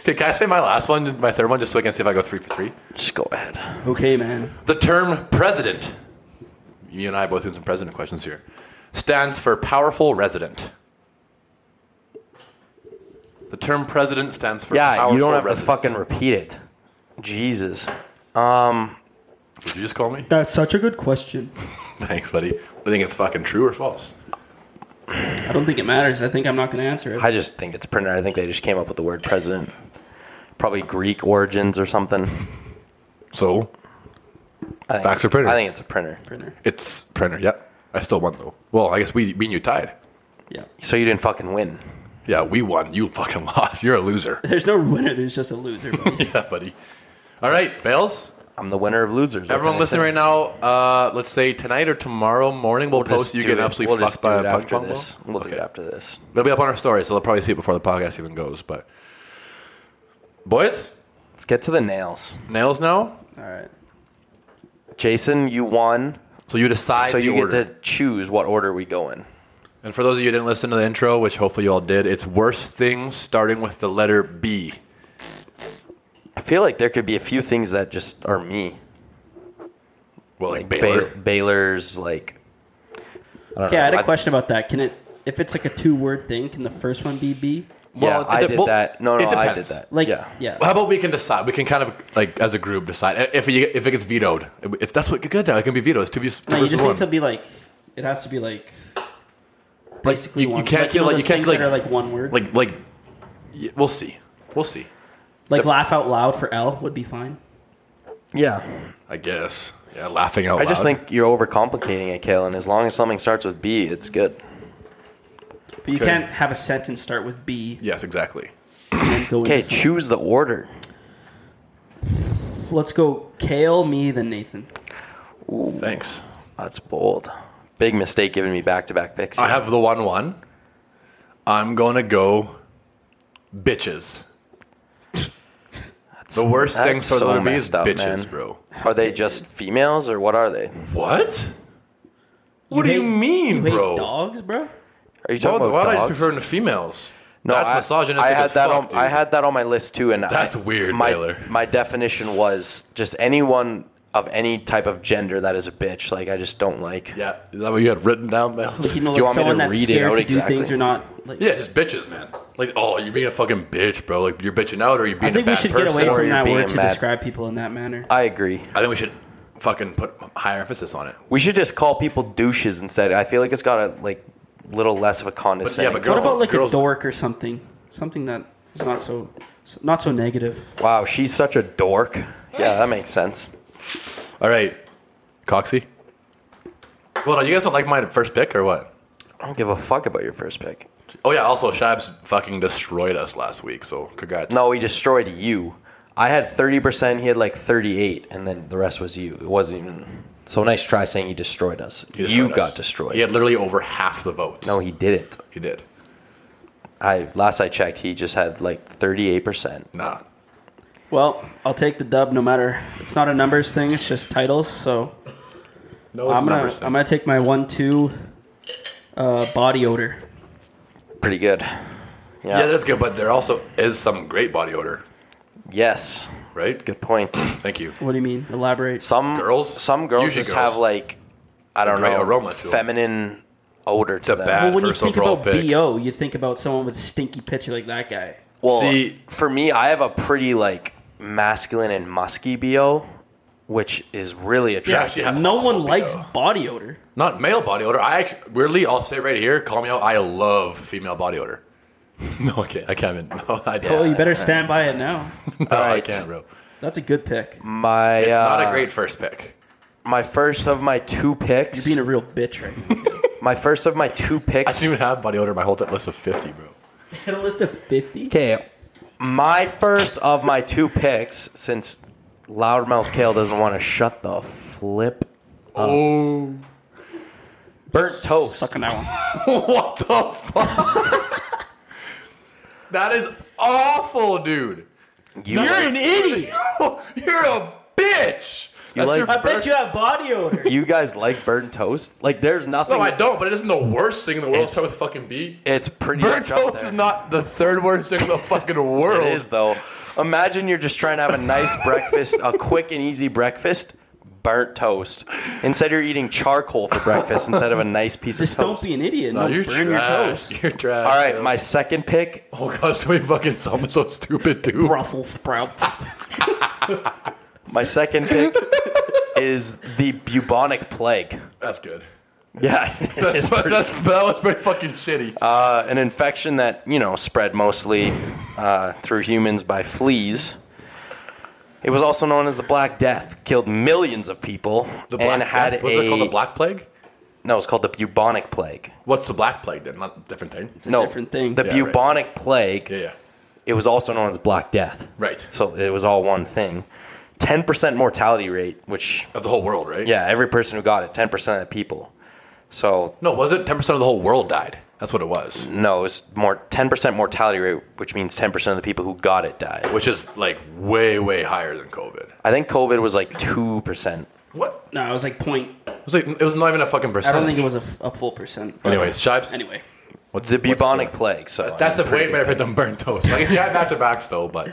Speaker 2: Okay, can I say my last one, my third one, just so I can see if I go three for three?
Speaker 4: Just go ahead.
Speaker 3: Okay, man.
Speaker 2: The term president, you and I both doing some president questions here, stands for powerful resident. The term president stands for
Speaker 4: Yeah,
Speaker 2: powerful
Speaker 4: you don't have to
Speaker 2: resident.
Speaker 4: fucking repeat it. Jesus.
Speaker 2: Did you just call me?
Speaker 3: That's such a good question.
Speaker 2: Thanks, buddy. I think it's fucking true or false.
Speaker 3: I don't think it matters. I think I'm not going to answer it.
Speaker 4: I just think it's printer. I think they just came up with the word president. Probably Greek origins or something.
Speaker 2: So
Speaker 4: I think-
Speaker 2: Facts or printer?
Speaker 4: I think it's a printer.
Speaker 3: Printer.
Speaker 2: it's printer. Yep. I still won though. Well, I guess we me and you tied.
Speaker 3: Yeah.
Speaker 4: So you didn't fucking win.
Speaker 2: Yeah, we won. You fucking lost. You're a loser.
Speaker 3: There's no winner. There's just a loser. buddy.
Speaker 2: yeah, buddy. All right, Bales.
Speaker 4: I'm the winner of losers. What
Speaker 2: Everyone
Speaker 4: can I say?
Speaker 2: listening right now, uh, let's say tonight or tomorrow morning, we'll,
Speaker 4: We'll
Speaker 2: post
Speaker 4: just
Speaker 2: you
Speaker 4: do
Speaker 2: getting
Speaker 4: it.
Speaker 2: absolutely
Speaker 4: We'll
Speaker 2: fucked
Speaker 4: just do
Speaker 2: by
Speaker 4: it
Speaker 2: a punch
Speaker 4: after
Speaker 2: ball.
Speaker 4: this. We'll do
Speaker 2: Okay.
Speaker 4: it after this.
Speaker 2: It'll be up on our story, so they'll probably see it before the podcast even goes. But boys,
Speaker 4: Let's get to the nails.
Speaker 2: nails now.
Speaker 3: All right.
Speaker 4: Jason, you won,
Speaker 2: So you decide.
Speaker 4: so
Speaker 2: the
Speaker 4: you get
Speaker 2: order.
Speaker 4: to choose what order we go in.
Speaker 2: And for those of you who didn't listen to the intro, which hopefully you all did, it's worst things starting with the letter B.
Speaker 4: I feel like there could be a few things that just are me.
Speaker 2: Well, like,
Speaker 4: Like
Speaker 2: Baylor.
Speaker 4: Baylor. Baylor's like I don't
Speaker 3: Okay, I had
Speaker 4: know.
Speaker 3: a question about that. Can it, if it's like a two word thing, can the first one be B?
Speaker 4: yeah,
Speaker 2: Well,
Speaker 4: I
Speaker 2: it de-
Speaker 4: did
Speaker 2: well,
Speaker 4: that. No,
Speaker 2: it
Speaker 4: no, I did
Speaker 2: depends.
Speaker 4: that.
Speaker 3: Like
Speaker 4: yeah,
Speaker 3: yeah,
Speaker 2: Well, How about we can decide? We can kind of like as a group decide if you, if it gets vetoed. If that's what good now, it can be vetoed. It's two views.
Speaker 3: No, you just need to be like. It has to be like. Basically,
Speaker 2: you- you
Speaker 3: one,
Speaker 2: can't
Speaker 3: you
Speaker 2: feel
Speaker 3: know
Speaker 2: like- you
Speaker 3: those
Speaker 2: can't
Speaker 3: things
Speaker 2: feel
Speaker 3: that are
Speaker 2: like-
Speaker 3: like one word. Like,
Speaker 2: like like y- we'll see. We'll see.
Speaker 3: laugh out loud for L would be fine.
Speaker 4: yeah.
Speaker 2: I guess. Yeah, laughing out.
Speaker 4: I just
Speaker 2: loud.
Speaker 4: think you're overcomplicating it, Kalen. As long as something starts with B, it's good.
Speaker 3: But you
Speaker 2: Okay.
Speaker 3: can't have a sentence start with B
Speaker 2: Yes, exactly.
Speaker 3: and then go.
Speaker 4: Okay,
Speaker 3: into something.
Speaker 4: choose the order.
Speaker 3: Let's go. Kale me then Nathan.
Speaker 2: Thanks.
Speaker 4: That's bold. Big mistake giving me back-to-back picks.
Speaker 2: I
Speaker 4: here.
Speaker 2: have the one one. I'm gonna go bitches. the worst
Speaker 4: that's
Speaker 2: thing for
Speaker 4: so
Speaker 2: the movie is
Speaker 4: messed up,
Speaker 2: bitches,
Speaker 4: man.
Speaker 2: bro.
Speaker 4: Are they just females or what are they?
Speaker 2: What? what do you
Speaker 3: hate-
Speaker 2: mean,
Speaker 3: You hate
Speaker 2: bro?
Speaker 3: dogs, bro.
Speaker 4: Are you
Speaker 2: Why,
Speaker 4: talking
Speaker 2: why
Speaker 4: about
Speaker 2: do I
Speaker 4: dogs?
Speaker 2: prefer to females?
Speaker 4: No,
Speaker 2: that's
Speaker 4: I,
Speaker 2: misogynistic
Speaker 4: I had
Speaker 2: as
Speaker 4: that
Speaker 2: fuck,
Speaker 4: on.
Speaker 2: dude.
Speaker 4: I had that on my list too, and I-
Speaker 2: That's weird,
Speaker 4: My
Speaker 2: Baylor.
Speaker 4: my definition was just anyone of any type of gender that is a bitch. Like I just don't like.
Speaker 2: Yeah, is that what you had written down, man?
Speaker 3: You know,
Speaker 4: Do
Speaker 3: like
Speaker 4: you want me to
Speaker 3: someone that's
Speaker 4: read it
Speaker 3: scared
Speaker 4: out
Speaker 3: to
Speaker 4: exactly?
Speaker 3: do things you're not. Like,
Speaker 2: yeah, just bitches, man. Like, oh, you're being a fucking bitch, bro. Like, you're bitching out, or you're
Speaker 3: I
Speaker 2: being a
Speaker 3: think we
Speaker 2: bad
Speaker 3: should
Speaker 2: person.
Speaker 3: get away
Speaker 4: or
Speaker 3: from
Speaker 4: you're
Speaker 3: that
Speaker 4: being
Speaker 3: word to
Speaker 4: mad.
Speaker 3: describe people in that manner.
Speaker 4: I agree.
Speaker 2: I think we should fucking put higher emphasis on it.
Speaker 4: We should just call people douches instead. I feel like it's got a like little less of a condescending.
Speaker 2: but
Speaker 3: what
Speaker 2: girls-
Speaker 4: tone.
Speaker 3: about like
Speaker 2: girls-
Speaker 3: a dork or something? Something that is not so not so negative.
Speaker 4: wow, she's such a dork. Yeah, that makes sense.
Speaker 2: All right, Coxie. Well, you guys don't like my first pick or what?
Speaker 4: I don't give a fuck about your first pick.
Speaker 2: Oh yeah. Also, Shabs fucking destroyed us last week, so congrats.
Speaker 4: No, he destroyed you. I had thirty percent. He had like thirty-eight, and then the rest was you. It wasn't even. So nice try saying he destroyed us.
Speaker 2: He destroyed
Speaker 4: you
Speaker 2: us.
Speaker 4: got destroyed.
Speaker 2: He had literally over half the votes.
Speaker 4: no, he didn't.
Speaker 2: he did.
Speaker 4: I last I checked, he just had like thirty-eight percent.
Speaker 2: Nah.
Speaker 3: Well, I'll take the dub no matter. It's not a numbers thing. It's just titles. So
Speaker 2: No,
Speaker 3: I'm gonna I'm gonna take my one two uh, body odor.
Speaker 4: Pretty good.
Speaker 2: yeah, that's good, but there also is some great body odor,
Speaker 4: Yes.
Speaker 2: right?
Speaker 4: Good point.
Speaker 2: Thank you.
Speaker 3: What do you mean? Elaborate.
Speaker 4: Some
Speaker 2: Girls?
Speaker 4: Some girls
Speaker 2: Usually
Speaker 4: just
Speaker 2: girls.
Speaker 4: have like I don't
Speaker 2: great
Speaker 4: know
Speaker 2: aroma to 'em.
Speaker 4: feminine odor to
Speaker 2: The
Speaker 4: them.
Speaker 2: bad-
Speaker 3: well, when you
Speaker 2: first
Speaker 3: think
Speaker 2: overall
Speaker 3: about
Speaker 2: pick.
Speaker 3: bo, you think about someone with a stinky picture like that guy.
Speaker 4: Well,
Speaker 2: See-
Speaker 4: for me, I have a pretty like masculine and musky bo, which is really attractive.
Speaker 2: actually have-
Speaker 3: No one
Speaker 2: BO.
Speaker 3: likes body odor.
Speaker 2: Not male body odor. I act- weirdly, I'll say right here, call me out. I love female body odor. no, I can't. I can't. No, I don't.
Speaker 3: Oh, you better stand by it now.
Speaker 2: No, I
Speaker 4: Alright.
Speaker 2: can't, bro.
Speaker 3: That's a good pick.
Speaker 4: My
Speaker 2: It's not a
Speaker 4: uh,
Speaker 2: great first pick.
Speaker 4: my first of my two
Speaker 3: You're
Speaker 2: Mm.
Speaker 4: picks.
Speaker 3: being a real bitch right now.
Speaker 4: my first of my two
Speaker 2: I
Speaker 4: picks.
Speaker 2: didn't even have body odor in my whole list of 50, bro.
Speaker 3: Hit a list of fifty.
Speaker 4: Okay, my first of my two picks, since Loudmouth Kale doesn't want to shut the flip.
Speaker 2: Oh.
Speaker 4: Burnt toast.
Speaker 3: Suck on that one.
Speaker 2: what the fuck? that is awful, dude.
Speaker 4: You
Speaker 3: You're
Speaker 4: like-
Speaker 3: an idiot.
Speaker 2: You're a bitch. That's
Speaker 4: You like-
Speaker 2: your
Speaker 3: I bet
Speaker 2: first-
Speaker 3: you have body odor.
Speaker 4: you guys like burnt toast? Like, there's nothing.
Speaker 2: No, I don't, but it isn't the worst thing in the world.
Speaker 4: It's-
Speaker 2: Start with fucking B.
Speaker 4: It's pretty
Speaker 2: Burnt
Speaker 4: much up
Speaker 2: toast
Speaker 4: there.
Speaker 2: is not the third worst thing in the fucking world.
Speaker 4: It is though. Imagine you're just trying to have a nice breakfast, a quick and easy breakfast. Burnt toast. Instead, you're eating charcoal for breakfast instead of a nice piece
Speaker 3: Just
Speaker 4: of
Speaker 3: don't
Speaker 4: toast.
Speaker 3: be an idiot.
Speaker 2: Oh,
Speaker 3: No,
Speaker 2: you're
Speaker 3: burn
Speaker 2: trash.
Speaker 3: your toes.
Speaker 2: You're trash.
Speaker 4: All right, my second pick
Speaker 2: Oh god, so many fucking something so stupid too.
Speaker 3: Brussels sprouts.
Speaker 4: My second pick is the bubonic plague.
Speaker 2: That's good.
Speaker 4: Yeah,
Speaker 2: That's,
Speaker 4: it's pretty-
Speaker 2: that's, that was pretty fucking shitty.
Speaker 4: uh, an infection that you know spread mostly uh, through humans by fleas. It was also known as the Black Death. Killed millions of people
Speaker 2: the
Speaker 4: and
Speaker 2: black
Speaker 4: had
Speaker 2: plague. was
Speaker 4: a
Speaker 2: it called the black plague?
Speaker 4: no. It's called the bubonic plague.
Speaker 2: What's the black plague then? Not a different thing.
Speaker 3: a
Speaker 4: no,
Speaker 3: different thing.
Speaker 4: The
Speaker 2: Yeah, right.
Speaker 4: bubonic plague.
Speaker 2: Yeah, yeah.
Speaker 4: It was also known as Black Death.
Speaker 2: Right.
Speaker 4: So it was all one thing. Ten percent mortality rate, which
Speaker 2: Of the whole world, right?
Speaker 4: yeah, every person who got it, ten percent of the people. So
Speaker 2: No, was it ten percent of the whole world died? That's what it was.
Speaker 4: No, it's more ten percent mortality rate, which means ten percent of the people who got it died.
Speaker 2: Which is like way, way higher than COVID.
Speaker 4: I think COVID was like two percent.
Speaker 2: What?
Speaker 3: no, it was like point.
Speaker 2: It was like it was not even a fucking
Speaker 3: I
Speaker 2: percent.
Speaker 3: don't think it was a, f- a full percent. but-
Speaker 2: Anyways, Shipes.
Speaker 3: Anyway,
Speaker 2: what's
Speaker 4: The
Speaker 2: what's
Speaker 4: bubonic plague. So
Speaker 2: That's a
Speaker 4: I'm pretty
Speaker 2: way
Speaker 4: good
Speaker 2: better
Speaker 4: at
Speaker 2: pick than burnt toast. Like, yeah, back to back still, but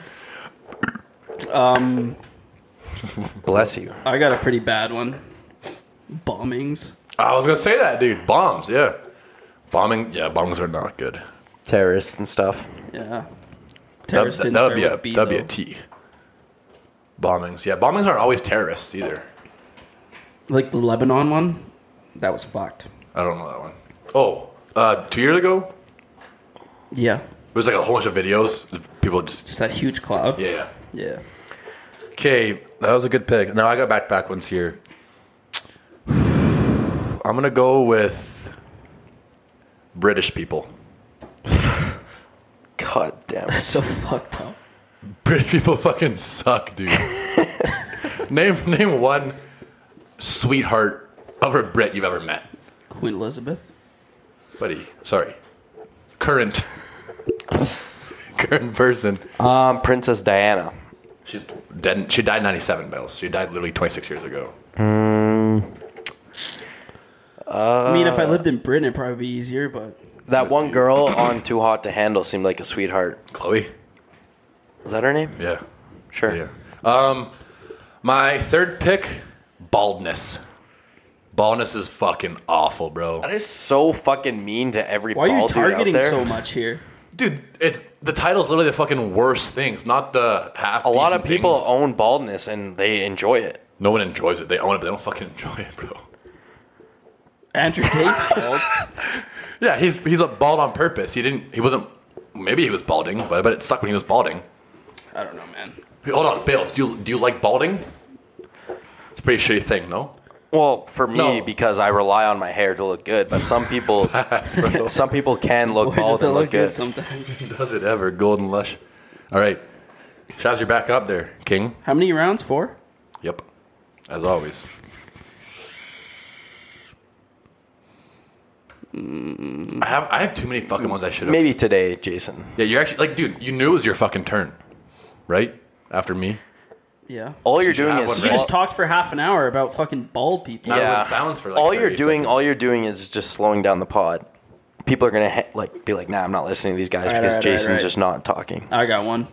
Speaker 4: that. Bless you.
Speaker 3: Um, I got a pretty bad one. Bombings.
Speaker 2: I was gonna say that, dude. Bombs, yeah. Bombing, yeah. Bombs are not good.
Speaker 4: Terrorists and stuff.
Speaker 3: Yeah.
Speaker 2: That,
Speaker 3: Terrorists didn't
Speaker 2: that
Speaker 3: start
Speaker 2: would be
Speaker 3: with
Speaker 2: a,
Speaker 3: B,
Speaker 2: that'd be a
Speaker 3: though.
Speaker 2: T. Bombings. Yeah, bombings aren't always terrorists either.
Speaker 3: Like the Lebanon one, that was fucked.
Speaker 2: I don't know that one. Oh, uh, two years ago,
Speaker 3: Yeah,
Speaker 2: there was like a whole bunch of videos. of People just.
Speaker 3: just that huge cloud.
Speaker 2: Yeah, yeah.
Speaker 3: yeah.
Speaker 2: Okay, that was a good pick. Now I got backpack ones here. I'm gonna go with British people.
Speaker 4: God damn.
Speaker 3: That's so fucked up.
Speaker 2: British people fucking suck, dude. name name one sweetheart of a Brit you've ever met,
Speaker 3: Queen Elizabeth.
Speaker 2: buddy. Sorry, current current person.
Speaker 4: Um, Princess Diana.
Speaker 2: She's dead. She died in '97, Bells. She died literally 26 years ago.
Speaker 4: Uh,
Speaker 3: I mean, if I lived in Britain, it'd probably be easier, but
Speaker 4: That one girl on Too Hot to Handle seemed like a sweetheart.
Speaker 2: Chloe.
Speaker 4: Is that her name?
Speaker 2: Yeah.
Speaker 4: Sure.
Speaker 2: Yeah. Um, my third pick, baldness. Baldness is fucking awful, bro.
Speaker 4: That is so fucking mean to every
Speaker 3: why are you
Speaker 4: bald dude out
Speaker 3: targeting
Speaker 4: there.
Speaker 3: so much here?
Speaker 2: Dude, it's the title's literally the fucking worst things, not the half.
Speaker 4: A lot of people own baldness and they enjoy it.
Speaker 2: no one enjoys it. They own it, but they don't fucking enjoy it, bro.
Speaker 3: Andrew Tate's bald.
Speaker 2: Yeah, he's he's a bald on purpose. He didn't. He wasn't. Maybe he was balding, but but it sucked when he was balding.
Speaker 3: I don't know, man.
Speaker 2: Hey, Hold on, Bill. Do you do you like balding? It's a pretty shitty thing, no?
Speaker 4: Well, for me,
Speaker 2: No.
Speaker 4: because I rely on my hair to look good, but some people, some people can look
Speaker 3: Boy,
Speaker 4: bald
Speaker 3: does it
Speaker 4: and
Speaker 3: look,
Speaker 4: look
Speaker 3: good
Speaker 4: good.
Speaker 3: sometimes.
Speaker 2: Does it ever? Golden lush. All right, Shabs, you're back up there, King.
Speaker 3: How many rounds? Four?
Speaker 2: Yep. As always. I have I have too many fucking ones I should have.
Speaker 4: Maybe today, Jason.
Speaker 2: Yeah, you're actually like, dude, you knew it was your fucking turn, right? After me.
Speaker 3: Yeah.
Speaker 4: All you're
Speaker 2: should
Speaker 4: doing
Speaker 2: have
Speaker 4: is
Speaker 2: one
Speaker 3: We
Speaker 2: right.
Speaker 4: all,
Speaker 3: just talked for half an hour about fucking bald people.
Speaker 2: I
Speaker 4: Yeah.
Speaker 2: went silence for like
Speaker 4: all you're
Speaker 2: 30
Speaker 4: doing,
Speaker 2: seconds.
Speaker 4: all you're doing is just slowing down the pod. People are gonna ha- like be like, "Nah, I'm not listening to these guys
Speaker 3: Right,
Speaker 4: because
Speaker 3: right, right,
Speaker 4: Jason's
Speaker 3: right.
Speaker 4: just not talking."
Speaker 3: I got one.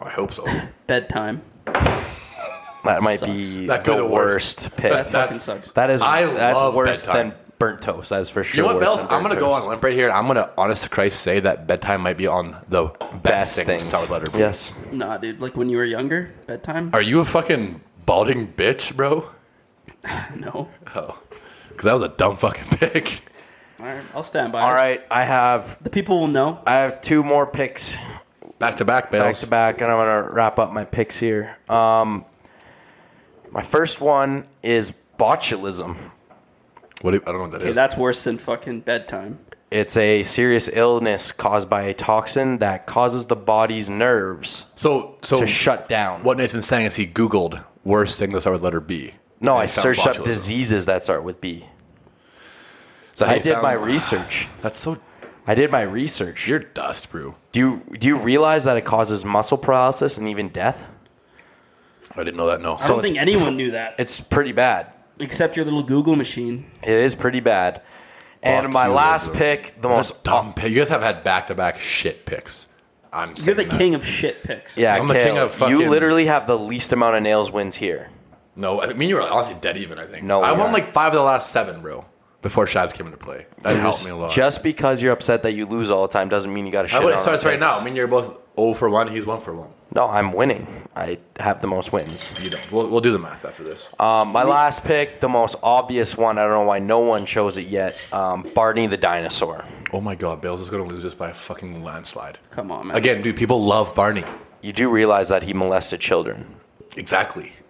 Speaker 2: I hope so.
Speaker 3: Bedtime.
Speaker 4: That might
Speaker 3: sucks.
Speaker 4: be
Speaker 2: That could
Speaker 4: the
Speaker 2: be
Speaker 4: worst pick.
Speaker 3: That
Speaker 2: That's-
Speaker 3: fucking sucks.
Speaker 4: that is
Speaker 2: I
Speaker 4: that's
Speaker 2: love
Speaker 4: worse
Speaker 2: bedtime.
Speaker 4: than burnt toast. That's for sure.
Speaker 2: You know what,
Speaker 4: worse
Speaker 2: Bells?
Speaker 4: than
Speaker 2: I'm
Speaker 4: burnt
Speaker 2: gonna go
Speaker 4: toast.
Speaker 2: on a limp right here. I'm gonna honest to Christ say that bedtime might be on the best,
Speaker 4: best
Speaker 2: things.
Speaker 4: things.
Speaker 2: Solid letter. B.
Speaker 4: Yes,
Speaker 3: nah, dude. Like when you were younger, bedtime?
Speaker 2: Are you a fucking balding bitch, bro?
Speaker 3: No.
Speaker 2: Oh. Cause that was a dumb fucking pick.
Speaker 3: All right. I'll stand by.
Speaker 4: All
Speaker 3: it.
Speaker 4: right, I have
Speaker 3: The people will know.
Speaker 4: I have two more picks
Speaker 2: Back to back, Bells.
Speaker 4: back to back, and I'm gonna wrap up my picks here. Um, my first one is botulism.
Speaker 2: What do you, I don't know what that is.
Speaker 3: Okay, that's worse than fucking bedtime.
Speaker 4: It's a serious illness caused by a toxin that causes the body's nerves
Speaker 2: So, so
Speaker 4: to shut down.
Speaker 2: What Nathan's saying is he Googled worst thing that started with letter B.
Speaker 4: No,
Speaker 2: And
Speaker 4: I
Speaker 2: he found
Speaker 4: searched up
Speaker 2: botulism.
Speaker 4: diseases that start with B.
Speaker 2: So
Speaker 4: I
Speaker 2: he
Speaker 4: did
Speaker 2: found-
Speaker 4: my research.
Speaker 2: That's so.
Speaker 4: I did my research.
Speaker 2: You're dust, brew.
Speaker 4: Do you, do you realize that it causes muscle paralysis and even death?
Speaker 2: I didn't know that. No.
Speaker 3: I
Speaker 4: So
Speaker 3: don't
Speaker 4: it's-
Speaker 3: think anyone knew that
Speaker 4: It's pretty bad.
Speaker 3: except your little Google machine.
Speaker 4: It is pretty bad. And my last
Speaker 2: Botulism.
Speaker 4: pick, the
Speaker 2: That's
Speaker 4: most
Speaker 2: dumb pick. You guys have had back to back shit picks. I'm.
Speaker 3: You're
Speaker 2: saying
Speaker 3: the
Speaker 2: that.
Speaker 3: king of shit picks.
Speaker 4: Yeah,
Speaker 2: I'm the king
Speaker 4: Kale,
Speaker 2: of fucking-
Speaker 4: you literally have the least amount of nails wins here.
Speaker 2: No, I mean you were honestly dead even. I think.
Speaker 4: No,
Speaker 2: I
Speaker 4: we
Speaker 2: won
Speaker 4: aren't.
Speaker 2: like five of the last seven, bro. Before Shabs came into play, that helped
Speaker 4: Just-
Speaker 2: me a lot.
Speaker 4: Just because you're upset that you lose all the time doesn't mean you got to shit
Speaker 2: I
Speaker 4: on
Speaker 2: would, it
Speaker 4: our
Speaker 2: starts right
Speaker 4: picks.
Speaker 2: now. I mean, you're both 0 for one. He's one for one.
Speaker 4: No, I'm winning. I have the most wins.
Speaker 2: You don't. We'll, we'll do the math after this.
Speaker 4: Um, my last pick, the most obvious one. I don't know why no one chose it yet. Um, Barney the dinosaur.
Speaker 2: oh my God, Bales is gonna lose this by a fucking landslide.
Speaker 3: Come on, man.
Speaker 2: Again, dude, people love Barney.
Speaker 4: You do realize that he molested children.
Speaker 2: Exactly.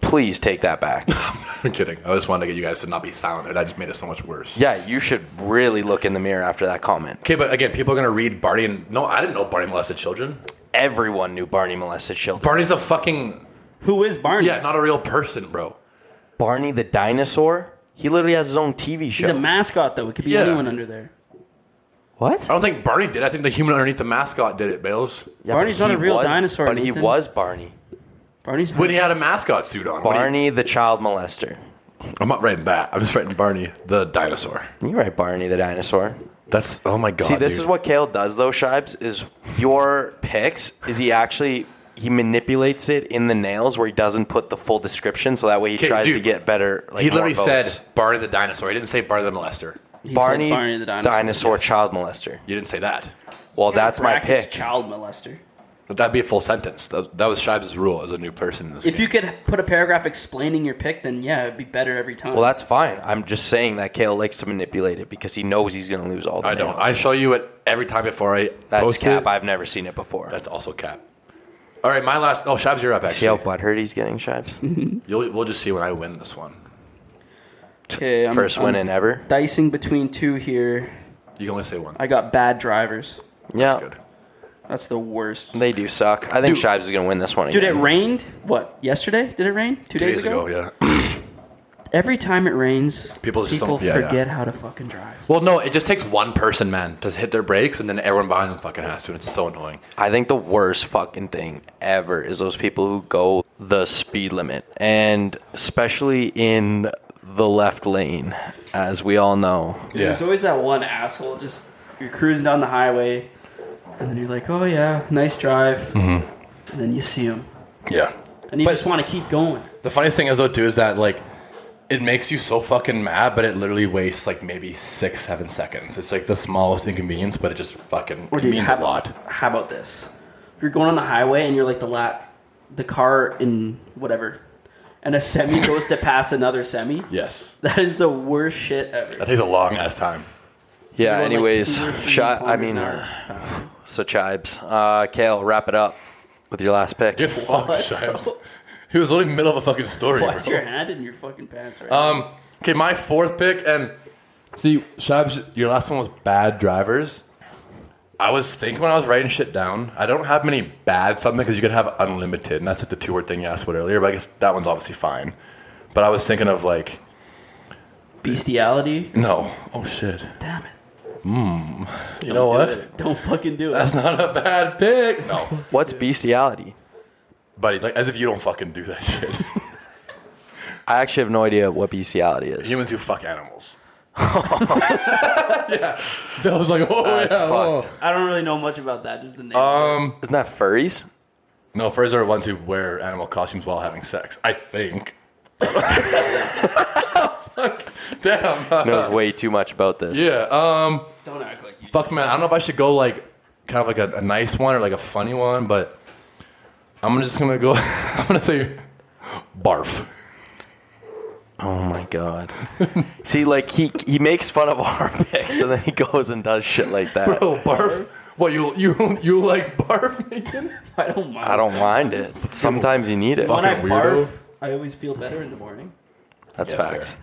Speaker 4: Please take that back.
Speaker 2: I'm kidding. I just wanted to get you guys to not be silent, and I just made it so much worse.
Speaker 4: yeah, you should really look in the mirror after that comment.
Speaker 2: Okay, but again, people are gonna read Barney and no, I didn't know Barney molested children.
Speaker 4: Everyone knew Barney molested children.
Speaker 2: Barney's a fucking
Speaker 3: Who is Barney?
Speaker 2: yeah, not a real person, bro.
Speaker 4: Barney the dinosaur? He literally has his own TV
Speaker 3: He's
Speaker 4: show.
Speaker 3: a mascot though. It could be
Speaker 2: Yeah.
Speaker 3: anyone under there.
Speaker 4: what?
Speaker 3: Oh,
Speaker 2: I don't think Barney did. I think the human underneath the mascot did it, Bales.
Speaker 4: Yeah,
Speaker 3: Barney's
Speaker 4: but
Speaker 3: not a
Speaker 4: he
Speaker 3: real
Speaker 4: was-
Speaker 3: dinosaur,
Speaker 4: But he
Speaker 3: Nathan.
Speaker 4: was Barney.
Speaker 3: Barney's
Speaker 2: When he had a mascot suit on. What do you-
Speaker 4: Barney the child molester.
Speaker 2: I'm not writing that. I'm just writing Barney the dinosaur.
Speaker 4: You're right, Barney the dinosaur.
Speaker 2: That's oh my god.
Speaker 4: See, this
Speaker 2: dude.
Speaker 4: is what Kale does though, Shibes, is your picks is he actually he manipulates it in the nails where he doesn't put the full description so that way he
Speaker 2: Okay,
Speaker 4: tries to
Speaker 2: dude.
Speaker 4: get better like
Speaker 2: he literally
Speaker 4: more votes.
Speaker 2: said Barney the dinosaur. He didn't say Barney the molester.
Speaker 3: He said
Speaker 4: Barney,
Speaker 3: Barney the dinosaur.
Speaker 4: child molester.
Speaker 2: You didn't say that.
Speaker 4: Well, that's my
Speaker 3: Brackets
Speaker 4: pick.
Speaker 3: Child molester.
Speaker 2: But that'd be a full sentence. That, that was Shibes' rule as a new person in this
Speaker 3: If
Speaker 2: game.
Speaker 3: you could put a paragraph explaining your pick, then yeah, it'd be better every time.
Speaker 4: Well, that's fine. I'm just saying that Kale likes to manipulate it because he knows he's going to lose all the
Speaker 2: I don't. I
Speaker 4: nails.
Speaker 2: show you it every time before I
Speaker 4: that's
Speaker 2: post
Speaker 4: cap.
Speaker 2: It.
Speaker 4: I've never seen it before.
Speaker 2: That's also cap. All right, my last. Oh, Shabs, you're up.
Speaker 4: See how
Speaker 2: Actually,
Speaker 4: butthurt he's getting, Shibes?
Speaker 2: You'll, we'll just see when I win this one.
Speaker 3: okay, I'm,
Speaker 4: First
Speaker 3: I'm
Speaker 4: win in ever.
Speaker 3: Dicing between two here.
Speaker 2: You can only say one.
Speaker 3: I got bad drivers.
Speaker 4: Yeah,
Speaker 2: Good.
Speaker 3: That's the worst.
Speaker 4: they do suck. I think
Speaker 2: Dude.
Speaker 4: Shibes is going to win this one again.
Speaker 3: Dude, it rained. What? Yesterday? Did it rain?
Speaker 2: Two
Speaker 3: Two,
Speaker 2: days ago, yeah.
Speaker 3: Every time it rains,
Speaker 2: People
Speaker 3: people,
Speaker 2: just don't- yeah, yeah.
Speaker 3: forget how to fucking drive.
Speaker 2: Well, no, it just takes one person, man, to hit their brakes, and then everyone behind them fucking has to. And it's so annoying.
Speaker 4: I think the worst fucking thing ever is those people who go the speed limit, and especially in the left lane, as we all know.
Speaker 2: Yeah.
Speaker 3: There's always that one asshole just you're cruising down the highway, and then you're like, oh yeah, nice drive, and then you see him,
Speaker 2: Yeah.
Speaker 3: and
Speaker 2: Mm-hmm.
Speaker 3: you
Speaker 2: But-
Speaker 3: just want to keep going.
Speaker 2: The funniest thing is though too is that like it makes you so fucking mad, but it literally wastes like maybe six, seven seconds. It's like the smallest inconvenience, but it just fucking it
Speaker 3: dude,
Speaker 2: means
Speaker 3: how,
Speaker 2: a lot.
Speaker 3: How about this? You're going on the highway and you're like the lap, the car in whatever, and a semi goes to pass another semi.
Speaker 2: Yes.
Speaker 3: That is the worst shit ever.
Speaker 2: That takes a long ass time.
Speaker 4: Yeah.
Speaker 3: Going, like,
Speaker 4: Anyways,
Speaker 3: two or three
Speaker 4: shot. I
Speaker 3: kilometers
Speaker 4: mean,
Speaker 3: an hour.
Speaker 2: uh,
Speaker 4: so Chibes, uh, Kale, wrap it up with your last pick.
Speaker 2: Get fucked, Shives. He was only in the middle of a fucking story.
Speaker 3: Why is
Speaker 2: bro.
Speaker 3: your hand in your fucking pants right
Speaker 2: Um, okay, my fourth pick, and see, Shabs, your last one was bad drivers. I was thinking when I was writing shit down, I don't have many bad something because you could have unlimited, and that's like the two word thing you asked about earlier, but I guess that one's obviously fine. But I was thinking of like,
Speaker 3: now? Bestiality.
Speaker 2: no. Oh shit.
Speaker 3: Damn it.
Speaker 2: You know
Speaker 3: Don't
Speaker 2: what?
Speaker 3: do it. Don't fucking do it.
Speaker 2: That's not a bad pick. No.
Speaker 4: What's bestiality?
Speaker 2: Buddy, like as if you don't fucking do that shit.
Speaker 4: I actually have no idea what bestiality is.
Speaker 2: Humans who fuck animals. yeah. That was like, oh,
Speaker 4: That's
Speaker 2: yeah, oh.
Speaker 4: fucked.
Speaker 3: I don't really know much about that. Just the name.
Speaker 2: Um,
Speaker 4: Isn't that furries?
Speaker 2: No, furs are ones who wear animal costumes while having sex. I think. Fuck. Damn. uh,
Speaker 4: Knows way too much about this.
Speaker 2: yeah. Um.
Speaker 3: don't act like you.
Speaker 2: Fuck, man. I don't know if I should go like kind of like a, a nice one or like a funny one, but I'm just gonna go. I'm gonna say barf.
Speaker 4: Oh my god. See, like he he makes fun of our picks, and then he goes and does shit like that.
Speaker 2: Oh, barf. What you you you like barf, Megan?
Speaker 3: I don't mind.
Speaker 4: I don't mind it. Sometimes you need it.
Speaker 2: Fuck.
Speaker 3: When I
Speaker 2: Fucking weirdo.
Speaker 3: barf, I always feel better in the morning.
Speaker 4: That's
Speaker 2: Yeah,
Speaker 4: facts.
Speaker 2: fair.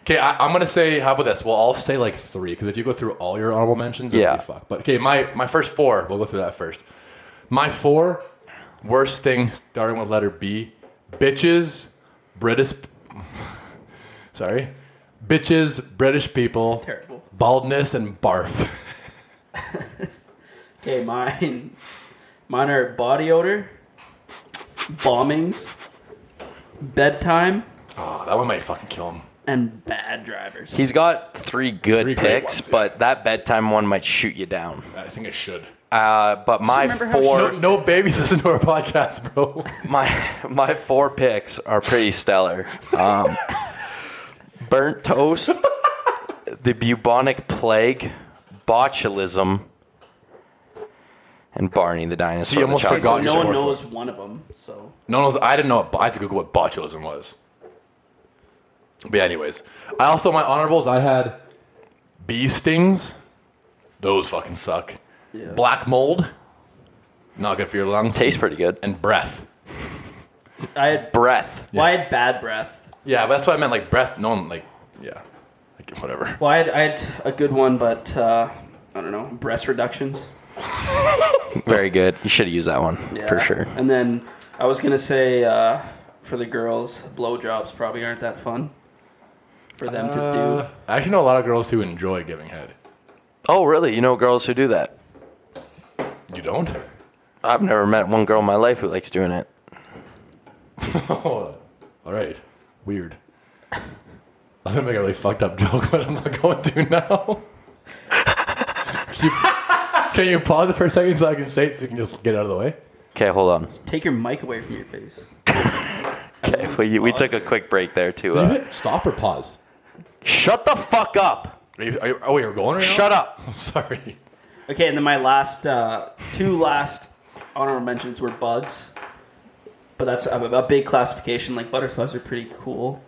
Speaker 2: Okay, I, I'm gonna say. How about this? Well, I'll say like three because if you go through all your honorable mentions, yeah,
Speaker 4: Yeah.
Speaker 2: be fucked. But okay, my my first four. We'll go through that first. My four worst thing starting with letter B: bitches, British. Sorry, bitches, British people,
Speaker 3: Terrible.
Speaker 2: baldness, and barf.
Speaker 3: Okay, mine. Mine are body odor, bombings, bedtime,
Speaker 2: Oh, that one might fucking kill him.
Speaker 3: and bad drivers.
Speaker 4: He's got three good
Speaker 2: Three great ones,
Speaker 4: picks,
Speaker 2: yeah.
Speaker 4: but that bedtime one might shoot you down.
Speaker 2: I think I should.
Speaker 4: Uh, but my
Speaker 3: remember how
Speaker 2: No,
Speaker 4: four
Speaker 2: no babies listen to our podcast, bro.
Speaker 4: my my four picks are pretty stellar. Um, burnt toast, the bubonic plague, botulism, and Barney the dinosaur.
Speaker 2: You
Speaker 4: the
Speaker 2: almost
Speaker 4: chocolate
Speaker 3: so
Speaker 2: forgot
Speaker 4: dinosaur.
Speaker 3: no one
Speaker 2: fourth
Speaker 3: knows one of them. So
Speaker 2: No one knows. I didn't know. It, but I had to Google what botulism was. But yeah, anyways, I also my honorables. I had bee stings. Those fucking suck. Black mold. Not good for your lungs.
Speaker 4: Tastes pretty good.
Speaker 2: and breath.
Speaker 3: I had.
Speaker 4: Breath.
Speaker 3: Well, I had bad breath.
Speaker 2: Yeah, but that's what I meant. Like breath. No one like. Yeah. Like whatever.
Speaker 3: Well, I had, I had a good one, but uh, I don't know. Breast reductions.
Speaker 4: Very good. You should have used that one for
Speaker 3: Yeah.
Speaker 4: sure.
Speaker 3: And then I was gonna say uh, for the girls, blowjobs probably aren't that fun for them to
Speaker 2: Uh, I actually know a lot of girls who enjoy giving head.
Speaker 4: Oh, really? You know girls who do that?
Speaker 2: You don't?
Speaker 4: I've never met one girl in my life who likes doing it.
Speaker 2: Oh, all right. Weird. I was gonna make a really fucked up joke, but I'm not going to now. can, you, can you pause it for a second so I can say it so we can just get out of the way?
Speaker 4: Okay, hold on.
Speaker 3: do. Take your mic away from your face.
Speaker 4: Okay,
Speaker 2: Uh,
Speaker 4: we, we took a quick break there too.
Speaker 2: Did you
Speaker 4: Uh,
Speaker 2: hit stop or pause?
Speaker 4: shut the fuck up.
Speaker 2: Are you, are you, oh, you're going right now?
Speaker 4: Shut up.
Speaker 2: I'm sorry.
Speaker 3: Okay, and then my last uh, two last honorable mentions were bugs, but that's a, a big classification. Like butterflies are pretty cool,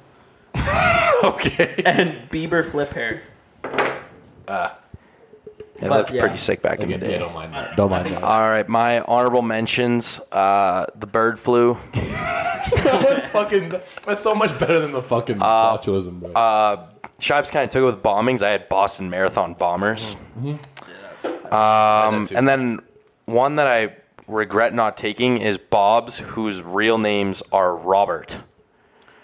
Speaker 2: okay.
Speaker 3: and Bieber flip hair.
Speaker 4: It
Speaker 3: But,
Speaker 4: looked
Speaker 3: yeah.
Speaker 4: pretty sick back in the
Speaker 2: Again,
Speaker 4: day.
Speaker 2: yeah, don't mind that.
Speaker 5: Don't mind that.
Speaker 4: All right, my honorable mentions: uh, the bird flu,
Speaker 2: fucking, that's so much better than the fucking
Speaker 4: Uh,
Speaker 2: botulism, bro.
Speaker 4: Shibes kind of took it with bombings. I had Boston Marathon
Speaker 3: Mm,
Speaker 4: bombers,
Speaker 2: That
Speaker 4: um,
Speaker 2: too.
Speaker 4: and then one that I regret not taking is Bob's, whose real names are Robert.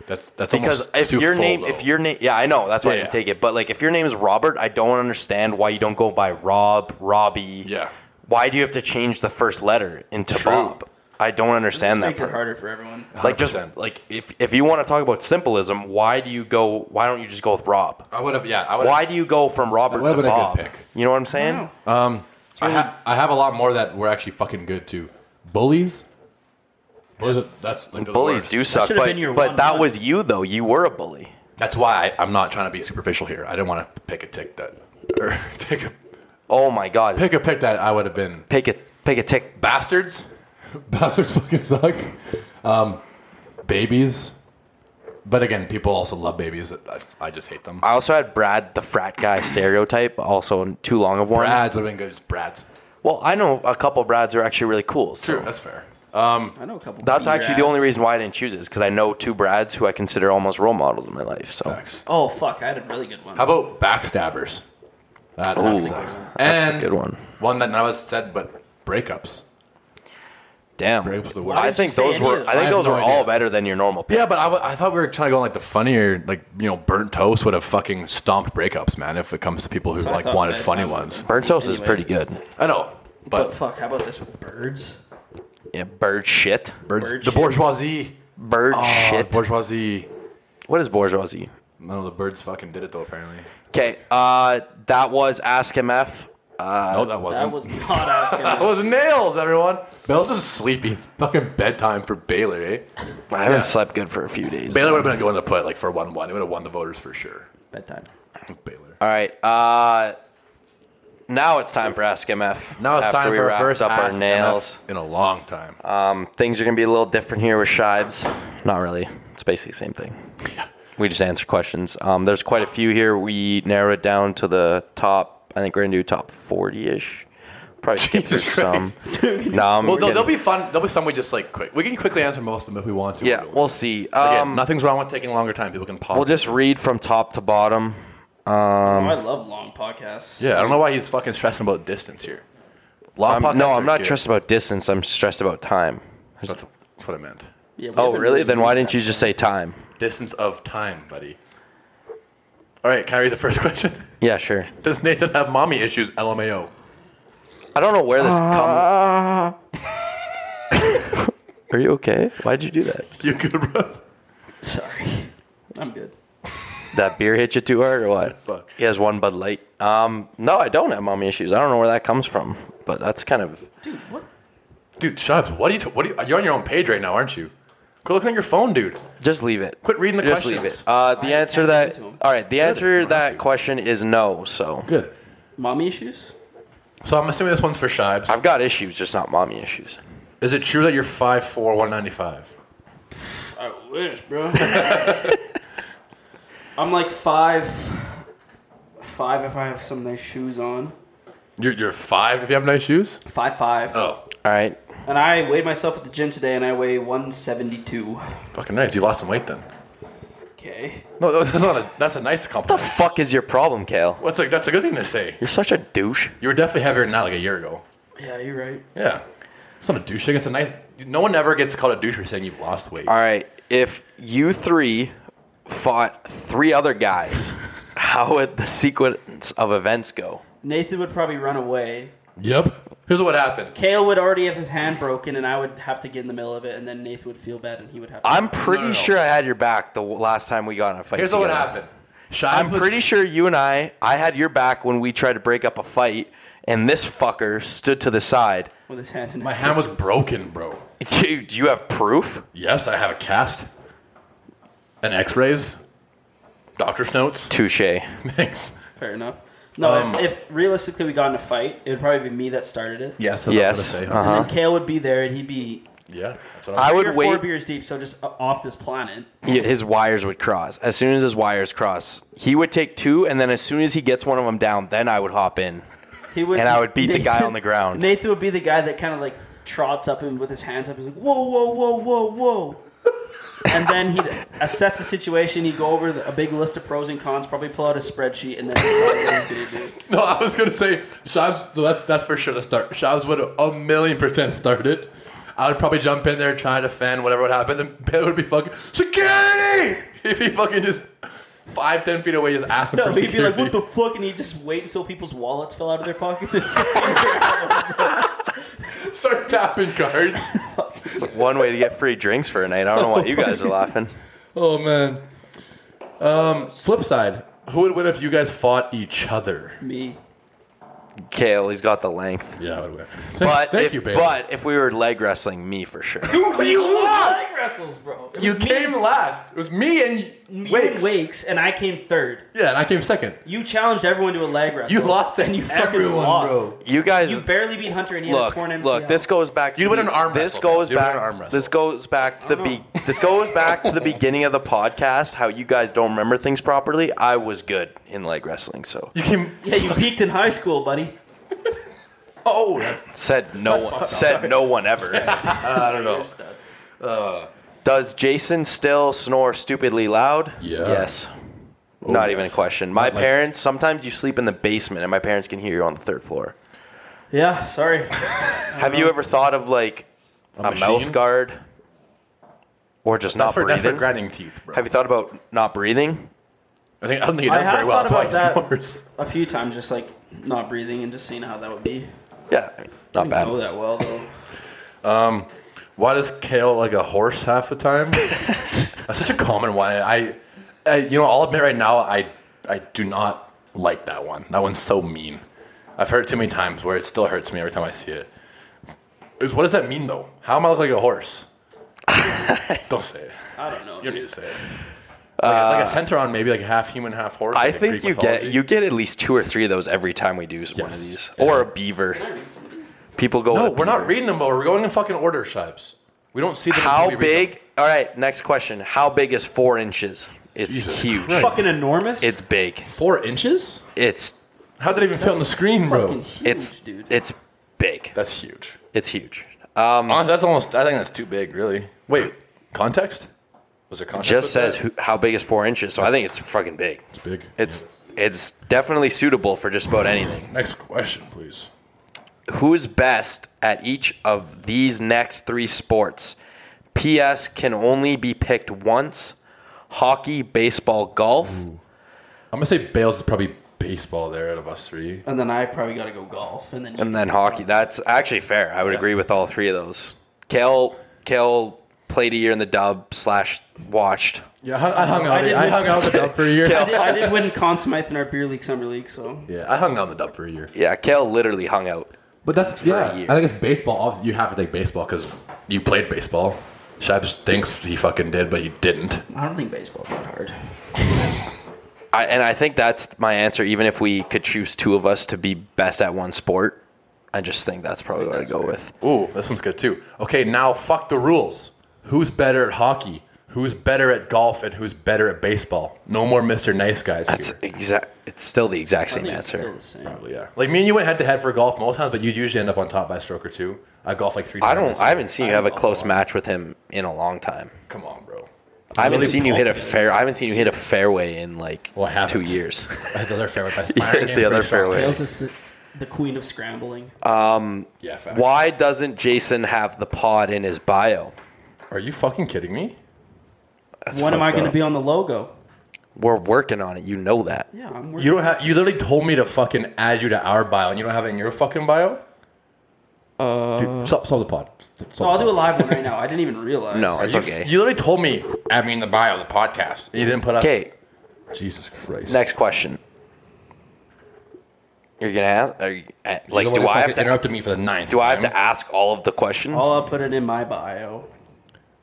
Speaker 2: that's that's
Speaker 4: Because
Speaker 2: almost
Speaker 4: if your
Speaker 2: twofold,
Speaker 4: name,
Speaker 2: though.
Speaker 4: if your name, yeah, I know that's why I
Speaker 2: Yeah,
Speaker 4: didn't
Speaker 2: yeah.
Speaker 4: take it. But like, if your name is Robert, I don't understand why you don't go by Rob, Robbie.
Speaker 2: Yeah.
Speaker 4: Why do you have to change the first letter into
Speaker 2: True.
Speaker 4: Bob? I don't
Speaker 3: This
Speaker 4: understand that.
Speaker 3: makes it
Speaker 4: part.
Speaker 3: harder for everyone.
Speaker 4: Like just
Speaker 2: 100%.
Speaker 4: like if if you want to talk about symbolism, why do you go? Why don't you just go with Rob?
Speaker 2: I would have, yeah, I would
Speaker 4: Why do you go from Robert
Speaker 2: would've
Speaker 4: to
Speaker 2: been a good
Speaker 4: Bob?
Speaker 2: pick.
Speaker 4: You know what I'm
Speaker 3: I
Speaker 4: saying?
Speaker 3: don't know.
Speaker 2: I, ha- I have a lot more that were actually fucking good too. Bullies. What is it? That's like the
Speaker 4: Bullies
Speaker 2: worst.
Speaker 4: do suck,
Speaker 3: should've
Speaker 4: but,
Speaker 3: been your
Speaker 4: but
Speaker 3: one
Speaker 4: that
Speaker 3: one.
Speaker 4: was you though. You were a bully.
Speaker 2: That's why I, I'm not trying to be superficial here. I didn't want to pick a tick that or take a
Speaker 4: Oh my god! Pick,
Speaker 2: pick a pick that I would have been.
Speaker 4: a pick a tick.
Speaker 2: Bastards. Bastards fucking suck. Um, babies. But again, people also love babies. I, I just hate them.
Speaker 4: I also had Brad, the frat guy stereotype. Also, too long of one.
Speaker 2: Brads would have been good. Just brads.
Speaker 4: Well, I know a couple Brads are actually really cool. So
Speaker 2: True. That's fair.
Speaker 3: I know a couple.
Speaker 4: That's
Speaker 3: Bieber
Speaker 4: actually the only
Speaker 3: ads.
Speaker 4: reason why I didn't choose it is because I know two Brads who I consider almost role models in my life. So
Speaker 2: Facts.
Speaker 3: Oh fuck! I had a really good one.
Speaker 2: How about backstabbers? That
Speaker 4: Ooh,
Speaker 2: sucks.
Speaker 4: that's
Speaker 2: And
Speaker 4: a good one.
Speaker 2: One that never said, but breakups.
Speaker 4: Damn,
Speaker 2: Breakups the worst.
Speaker 4: I
Speaker 3: did
Speaker 4: think
Speaker 3: you say
Speaker 4: those
Speaker 3: any
Speaker 4: were
Speaker 3: of
Speaker 4: I
Speaker 3: those?
Speaker 2: I
Speaker 4: think
Speaker 2: have
Speaker 4: those
Speaker 2: no
Speaker 4: were
Speaker 2: idea.
Speaker 4: all better than your normal picks.
Speaker 2: Yeah, but I, w- I thought we were trying to go on like the funnier, like you know, burnt toast would have fucking stomped breakups, man. If it comes to people who
Speaker 3: So I
Speaker 2: like
Speaker 3: thought
Speaker 2: wanted
Speaker 3: that
Speaker 2: funny
Speaker 3: time-
Speaker 2: ones,
Speaker 4: burnt toast is
Speaker 3: Anyway.
Speaker 4: pretty good.
Speaker 2: I know,
Speaker 3: but
Speaker 2: but,
Speaker 3: fuck! How about this with birds?
Speaker 4: Yeah, bird shit.
Speaker 2: birds,
Speaker 3: bird
Speaker 2: the
Speaker 3: shit.
Speaker 2: bourgeoisie,
Speaker 4: Bird
Speaker 2: Oh, the
Speaker 4: shit.
Speaker 2: bourgeoisie.
Speaker 4: what is bourgeoisie?
Speaker 2: No, the birds fucking did it though. Apparently,
Speaker 4: Okay, uh, that was Ask MF. Uh,
Speaker 2: no, that wasn't.
Speaker 3: That was not asking.
Speaker 2: That
Speaker 4: Um,
Speaker 2: was nails, everyone. Bell's is sleepy. It's fucking bedtime for Baylor, eh?
Speaker 4: I haven't
Speaker 2: Yeah.
Speaker 4: slept good for a few days.
Speaker 2: Baylor would have been going to put like for one one. They would have won the voters for sure.
Speaker 3: Bedtime.
Speaker 2: Baylor.
Speaker 4: All right. Uh, now it's time for Ask MF.
Speaker 2: Now it's
Speaker 4: after
Speaker 2: time
Speaker 4: we
Speaker 2: for our
Speaker 4: wrapped
Speaker 2: first
Speaker 4: up our
Speaker 2: Ask
Speaker 4: nails.
Speaker 2: MF in a long time.
Speaker 4: Um, things are gonna be a little different here with Shibes. Not really. It's basically the same thing. We just answer questions. Um, there's quite a few here. We narrow it down to the top. I think we're gonna do top 40-ish. Probably skip through
Speaker 2: Jesus
Speaker 4: some. no, I'm
Speaker 2: well, there'll,
Speaker 4: kidding.
Speaker 2: there'll be fun. There'll be some we just like quick. We can quickly answer most of them if we want to.
Speaker 4: yeah.
Speaker 2: We'll-
Speaker 4: We'll see.
Speaker 2: Again,
Speaker 4: Um,
Speaker 2: nothing's wrong with taking a longer time. People can pause.
Speaker 4: we'll just read from top to bottom.
Speaker 3: Oh, I love long podcasts.
Speaker 2: yeah, I don't know why he's fucking stressing about distance here. Long
Speaker 4: Um,
Speaker 2: podcasts
Speaker 4: no,
Speaker 2: are
Speaker 4: I'm not
Speaker 2: good.
Speaker 4: stressed about distance. I'm stressed about time. I just-
Speaker 2: That's, that's what I meant.
Speaker 3: Yeah, we
Speaker 4: oh,
Speaker 3: haven't
Speaker 4: really? Then why didn't you
Speaker 3: recapped
Speaker 4: just say time?
Speaker 2: Distance of time, buddy. All right, can I read the first question?
Speaker 4: Yeah, sure.
Speaker 2: Does Nathan have mommy issues? LMAO.
Speaker 4: I don't know where this comes.
Speaker 3: Ah.
Speaker 4: Are you okay? Why'd you do that?
Speaker 2: You good, bro?
Speaker 3: that. Sorry, I'm good.
Speaker 4: That beer hit you too hard or what?
Speaker 2: Fuck.
Speaker 4: He has one Bud Light. Um, no, I don't have mommy issues. I don't know where that comes from, but that's kind of.
Speaker 3: Dude, what?
Speaker 2: Dude, Shubs, what are you? T- what are you? You're on your own page right now, aren't you? Quit looking at your phone, dude.
Speaker 4: Just leave it.
Speaker 2: Quit reading the
Speaker 4: Just
Speaker 2: questions.
Speaker 4: leave it. Uh, the
Speaker 3: I
Speaker 4: answer
Speaker 3: can't
Speaker 4: that.
Speaker 3: listen to 'em.
Speaker 4: All right. The
Speaker 2: you
Speaker 4: answer
Speaker 2: don't have
Speaker 4: that
Speaker 2: to.
Speaker 4: question is no. So
Speaker 2: Good.
Speaker 3: Mommy issues?
Speaker 2: So I'm assuming this one's for Shibes.
Speaker 4: I've got issues, just not mommy issues.
Speaker 2: Is it true that you're 5'4", 195?
Speaker 3: I wish, bro. I'm like five, five if I have some nice shoes on.
Speaker 2: You're, you're five if you have nice shoes.
Speaker 3: Five five.
Speaker 2: Oh,
Speaker 4: All right.
Speaker 3: And I weighed myself at the gym today, and I weigh 172.
Speaker 2: fucking nice. You lost some weight then.
Speaker 3: Okay.
Speaker 2: No, that's not a. That's a nice
Speaker 4: The
Speaker 2: compliment.
Speaker 4: fuck is your problem, Kale?
Speaker 2: What's a, that's a good thing to say.
Speaker 4: You're such a douche.
Speaker 2: You were definitely heavier than that like a year ago.
Speaker 3: Yeah, you're right.
Speaker 2: Yeah. It's not a douche. thing. It's a nice. No one ever gets called a douche for saying you've lost weight.
Speaker 4: All right. If you three fought three other guys, how would the sequence of events go?
Speaker 3: Nathan would probably run away.
Speaker 2: Yep. Here's what happened.
Speaker 3: Kale would already have his hand broken, and I would have to get in the middle of it, and then Nathan would feel bad, and he would have. To
Speaker 4: I'm pretty
Speaker 2: no, no.
Speaker 4: sure I had your back the w- last time we got in a fight.
Speaker 2: Here's
Speaker 4: together.
Speaker 2: what happened. Shibes
Speaker 4: I'm
Speaker 2: was-
Speaker 4: pretty sure you and I, I had your back when we tried to break up a fight, and this fucker stood to the side.
Speaker 3: with his hand in.
Speaker 2: my hand was broken, bro.
Speaker 4: Dude, do you have proof?
Speaker 2: Yes, I have a cast, an X-rays, doctor's notes.
Speaker 4: Touche.
Speaker 2: Thanks.
Speaker 3: Fair enough. No,
Speaker 2: Um,
Speaker 3: if, if realistically we got in a fight, it would probably be me that started it.
Speaker 2: Yes. That's
Speaker 4: Yes.
Speaker 2: What I'm gonna say.
Speaker 4: Uh-huh.
Speaker 3: And then Kale would be there, and he'd be
Speaker 2: Yeah. That's what I'm
Speaker 4: I
Speaker 3: three
Speaker 4: would
Speaker 3: or four
Speaker 4: wait.
Speaker 3: beers deep, so just o- off this planet.
Speaker 4: he- his wires would cross. As soon as his wires cross, he would take two, and then as soon as he gets one of them down, then I would hop in.
Speaker 3: He would,
Speaker 4: And I would beat the guy on the ground.
Speaker 3: Nathan would be the guy that kind of like trots up and with his hands up, he's like, "Whoa, whoa, whoa, whoa, whoa," and then he'd assess the situation. He'd go over the, a big list of pros and cons, probably pull out a spreadsheet, and then decide what he's gonna do.
Speaker 2: No, I was gonna say Shabs. So that's that's for sure the start. Shabs would a million percent start it. I would probably jump in there, try to fend whatever would happen. Then Ben would be fucking security. He'd be fucking just five, ten feet away, just asking
Speaker 3: No,
Speaker 2: for
Speaker 3: he'd
Speaker 2: security.
Speaker 3: be like, "What the fuck?" and he'd just wait until people's wallets fell out of their pockets and fucking
Speaker 2: Start tapping cards.
Speaker 4: It's one way to get free drinks for a night. I don't know why you guys are laughing.
Speaker 2: oh man. Um, flip side. Who would win if you guys fought each other?
Speaker 3: me.
Speaker 4: Kale, he's got the length.
Speaker 2: Yeah, I would win. Thank,
Speaker 4: But
Speaker 2: thank
Speaker 4: if,
Speaker 2: you, babe.
Speaker 4: But if we were leg wrestling, me for sure.
Speaker 2: Dude, but you lost.
Speaker 3: Leg wrestles, bro. It
Speaker 2: You
Speaker 3: was me
Speaker 2: came last. It was me and
Speaker 3: and- you and
Speaker 2: wait.
Speaker 3: Wakes, and I came third.
Speaker 2: Yeah, and I came second.
Speaker 3: You challenged everyone to a leg wrestle.
Speaker 2: You lost
Speaker 3: and you fucking
Speaker 2: everyone,
Speaker 3: lost.
Speaker 2: bro.
Speaker 4: You guys,
Speaker 3: You barely beat Hunter, and he had a
Speaker 4: look,
Speaker 3: torn MCL.
Speaker 4: look. This goes back. To
Speaker 2: You'd win
Speaker 4: the-
Speaker 2: an arm
Speaker 4: This
Speaker 2: wrestle, man.
Speaker 4: goes
Speaker 2: You'd win
Speaker 4: back.
Speaker 2: an arm wrestle.
Speaker 4: This goes back to the be. This goes back to the beginning of the podcast. How you guys don't remember things properly. I was good in leg wrestling, so
Speaker 2: You came.
Speaker 3: Yeah, you peaked in high school, buddy.
Speaker 2: Oh, that's
Speaker 4: said no one. Said no one ever. I don't know. Does Jason still snore stupidly loud?
Speaker 2: Yeah. Oh,
Speaker 4: Yes. Not even a
Speaker 2: yes.
Speaker 4: question. My
Speaker 2: Not like-
Speaker 4: parents. Sometimes you sleep in the basement, and my parents can hear you on the third floor.
Speaker 3: Yeah, sorry.
Speaker 4: Have you ever thought of like a,
Speaker 2: machine?
Speaker 4: mouth guard, or just
Speaker 2: That's
Speaker 4: not
Speaker 2: for, that's for
Speaker 4: breathing?
Speaker 2: grinding teeth, bro.
Speaker 4: Have you thought about not breathing?
Speaker 2: I think I don't think it
Speaker 3: I
Speaker 2: does
Speaker 3: have
Speaker 2: very well.
Speaker 3: thought
Speaker 2: That's why
Speaker 3: about
Speaker 2: it
Speaker 3: that.
Speaker 2: snores.
Speaker 3: A few times, just like not breathing and just seeing how that would be.
Speaker 4: Yeah, I mean, not
Speaker 3: Didn't
Speaker 4: bad.
Speaker 3: Know that well though.
Speaker 2: Why does Kale like a horse half the time? that's such a common one. I, I, you know, I'll admit right now, I, I do not like that one. That one's so mean. I've heard it too many times where it still hurts me every time I see it. Is what does that mean though? How am I look like a horse? don't say it.
Speaker 3: I don't know.
Speaker 2: You don't
Speaker 3: dude.
Speaker 2: need to say it. Like, a- like a centauron, maybe like half human, half horse.
Speaker 4: I
Speaker 2: like a
Speaker 4: think
Speaker 2: Greek
Speaker 4: you
Speaker 2: mythology.
Speaker 4: get you get at least two or three of those every time we do one
Speaker 2: Yes.
Speaker 4: of these,
Speaker 2: Yeah.
Speaker 4: or a
Speaker 3: Can
Speaker 4: beaver.
Speaker 3: I read some of these?
Speaker 4: People go.
Speaker 2: No,
Speaker 4: with a
Speaker 2: we're not
Speaker 4: beaver.
Speaker 2: reading them, but we're going in fucking order, Shibes. We don't see them. until we
Speaker 4: How
Speaker 2: read them.
Speaker 4: big? All right, next question. How big is four inches? It's
Speaker 2: Jesus
Speaker 4: huge.
Speaker 2: Christ.
Speaker 3: Fucking enormous.
Speaker 4: It's big.
Speaker 2: Four inches?
Speaker 4: It's
Speaker 2: How did it even fit on the screen, bro?
Speaker 3: fucking huge,
Speaker 4: it's
Speaker 3: dude.
Speaker 4: it's big.
Speaker 2: That's huge.
Speaker 4: It's huge. Um,
Speaker 2: Honestly, that's almost. I think that's too big, really. Wait, context? Was there context?
Speaker 4: just
Speaker 2: with
Speaker 4: says
Speaker 2: that?
Speaker 4: who, how big is four inches, so I think it's fucking big.
Speaker 2: It's big.
Speaker 4: It's it's definitely suitable for just about anything.
Speaker 2: Next question, please.
Speaker 4: Who's best at each of these next three sports? PS can only be picked once. Hockey, baseball, golf.
Speaker 2: I'm gonna say Bales is probably baseball there out of us three.
Speaker 3: and then I probably got to go golf, and then you
Speaker 4: And then hockey. That's actually fair. I would agree with all three of those. Kale, Kale played a year in the dub slash watched.
Speaker 2: Yeah, I, hung- I hung out.
Speaker 3: didn't-
Speaker 2: I hung out the dub for a year.
Speaker 3: I did, I did win Conn Smythe in our beer league summer league, so
Speaker 2: Yeah, I hung out the dub for a year.
Speaker 4: Yeah, Kale literally hung out.
Speaker 2: But that's yeah.
Speaker 4: year.
Speaker 2: I think it's baseball. Obviously, you have to take baseball because you played baseball. Shibes thinks he fucking did, but he didn't.
Speaker 3: I don't think baseball's that hard.
Speaker 4: I, and I think that's my answer. Even if we could choose two of us to be best at one sport, I just think that's probably what I go with.
Speaker 2: Ooh, this one's good too. Okay, now fuck the rules. Who's better at hockey? Who's better at golf? And who's better at baseball? No more Mr. Nice Guys
Speaker 4: That's
Speaker 2: here.
Speaker 4: exact. It's still the exact
Speaker 3: I
Speaker 4: same
Speaker 3: think it's still
Speaker 4: answer.
Speaker 3: the same.
Speaker 2: Probably, yeah. Like me and you went head to head for golf most times, but you'd usually end up on top by a stroke or two. I golf like three times.
Speaker 4: I don't.
Speaker 2: this
Speaker 4: I
Speaker 2: year.
Speaker 4: haven't seen you have a close match with him in a long time.
Speaker 2: Come on, bro.
Speaker 4: I haven't
Speaker 2: really
Speaker 4: seen you hit a
Speaker 2: faulted it.
Speaker 4: fair. I haven't seen you hit a fairway in like
Speaker 2: Well, I haven't.
Speaker 4: two years.
Speaker 2: I hit the other fairway. By
Speaker 4: Yeah,
Speaker 2: my iron
Speaker 4: the
Speaker 2: game
Speaker 4: other
Speaker 2: first shot.
Speaker 4: fairway.
Speaker 3: Bale's just the queen of scrambling.
Speaker 2: Yeah. Fact.
Speaker 4: Why doesn't Jason have the pod in his bio?
Speaker 2: Are you fucking kidding me?
Speaker 3: when am I
Speaker 4: fucked
Speaker 3: going to
Speaker 4: up.
Speaker 3: be on the logo?
Speaker 4: We're working on it. You know that.
Speaker 3: Yeah, I'm working.
Speaker 2: You don't have. You literally told me to fucking add you to our bio, and you don't have it in your fucking bio. Uh, Dude, stop, stop the pod. Stop
Speaker 3: No, I'll
Speaker 2: the
Speaker 3: do a
Speaker 2: pod.
Speaker 3: live one right now. I didn't even realize.
Speaker 4: No, it's
Speaker 2: you,
Speaker 4: okay.
Speaker 2: You literally told me. I mean, the bio of the podcast. You didn't put up.
Speaker 4: Okay.
Speaker 2: Jesus Christ.
Speaker 4: Next question. You're gonna ask? Are you, uh, like,
Speaker 2: You're the
Speaker 4: do
Speaker 2: one who
Speaker 4: I have
Speaker 2: fucking
Speaker 4: to?
Speaker 2: interrupted me for the ninth?
Speaker 4: Do I have
Speaker 2: time.
Speaker 4: to ask all of the questions?
Speaker 3: I'll uh, put it in my bio.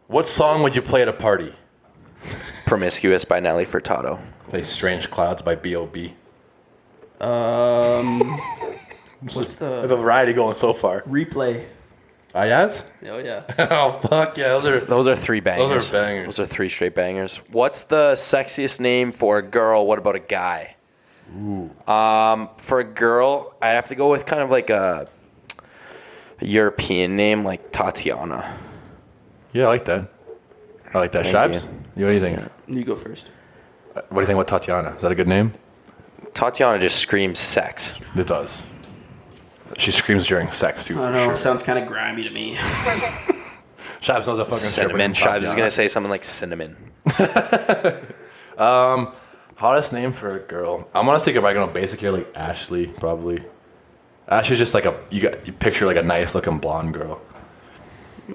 Speaker 2: What song would you play at a party?
Speaker 4: Promiscuous by Nelly Furtado.
Speaker 2: Play "Strange Clouds" by B.O.B.
Speaker 3: Um, what's
Speaker 2: I have a
Speaker 3: the
Speaker 2: variety going so far.
Speaker 3: replay?
Speaker 2: Ayaz?
Speaker 3: Oh yeah.
Speaker 2: oh fuck yeah! Those are
Speaker 4: Those are three bangers.
Speaker 2: bangers.
Speaker 4: Those are three straight bangers. What's the sexiest name for a girl? What about a guy? Um, for a girl, I'd have to go with kind of like a, a European name, like Tatiana.
Speaker 2: yeah, I like that. I like that.
Speaker 4: Thank
Speaker 2: Shibes? You. what do you think?
Speaker 3: You go first.
Speaker 2: What do you think about Tatiana? Is that a good name?
Speaker 4: Tatiana just screams sex.
Speaker 2: It does. She screams during sex too,
Speaker 3: I
Speaker 2: for
Speaker 3: don't know.
Speaker 2: sure.
Speaker 3: Sounds kind of grimy to me.
Speaker 2: Shibes knows a fucking stripper
Speaker 4: Cinnamon.
Speaker 2: named
Speaker 4: Shives is
Speaker 2: Tatiana.
Speaker 4: gonna say something like cinnamon.
Speaker 2: Hottest name for a girl. I'm honestly if I go basic here, like Ashley, probably. Ashley's just like a you got you picture like a nice looking blonde girl,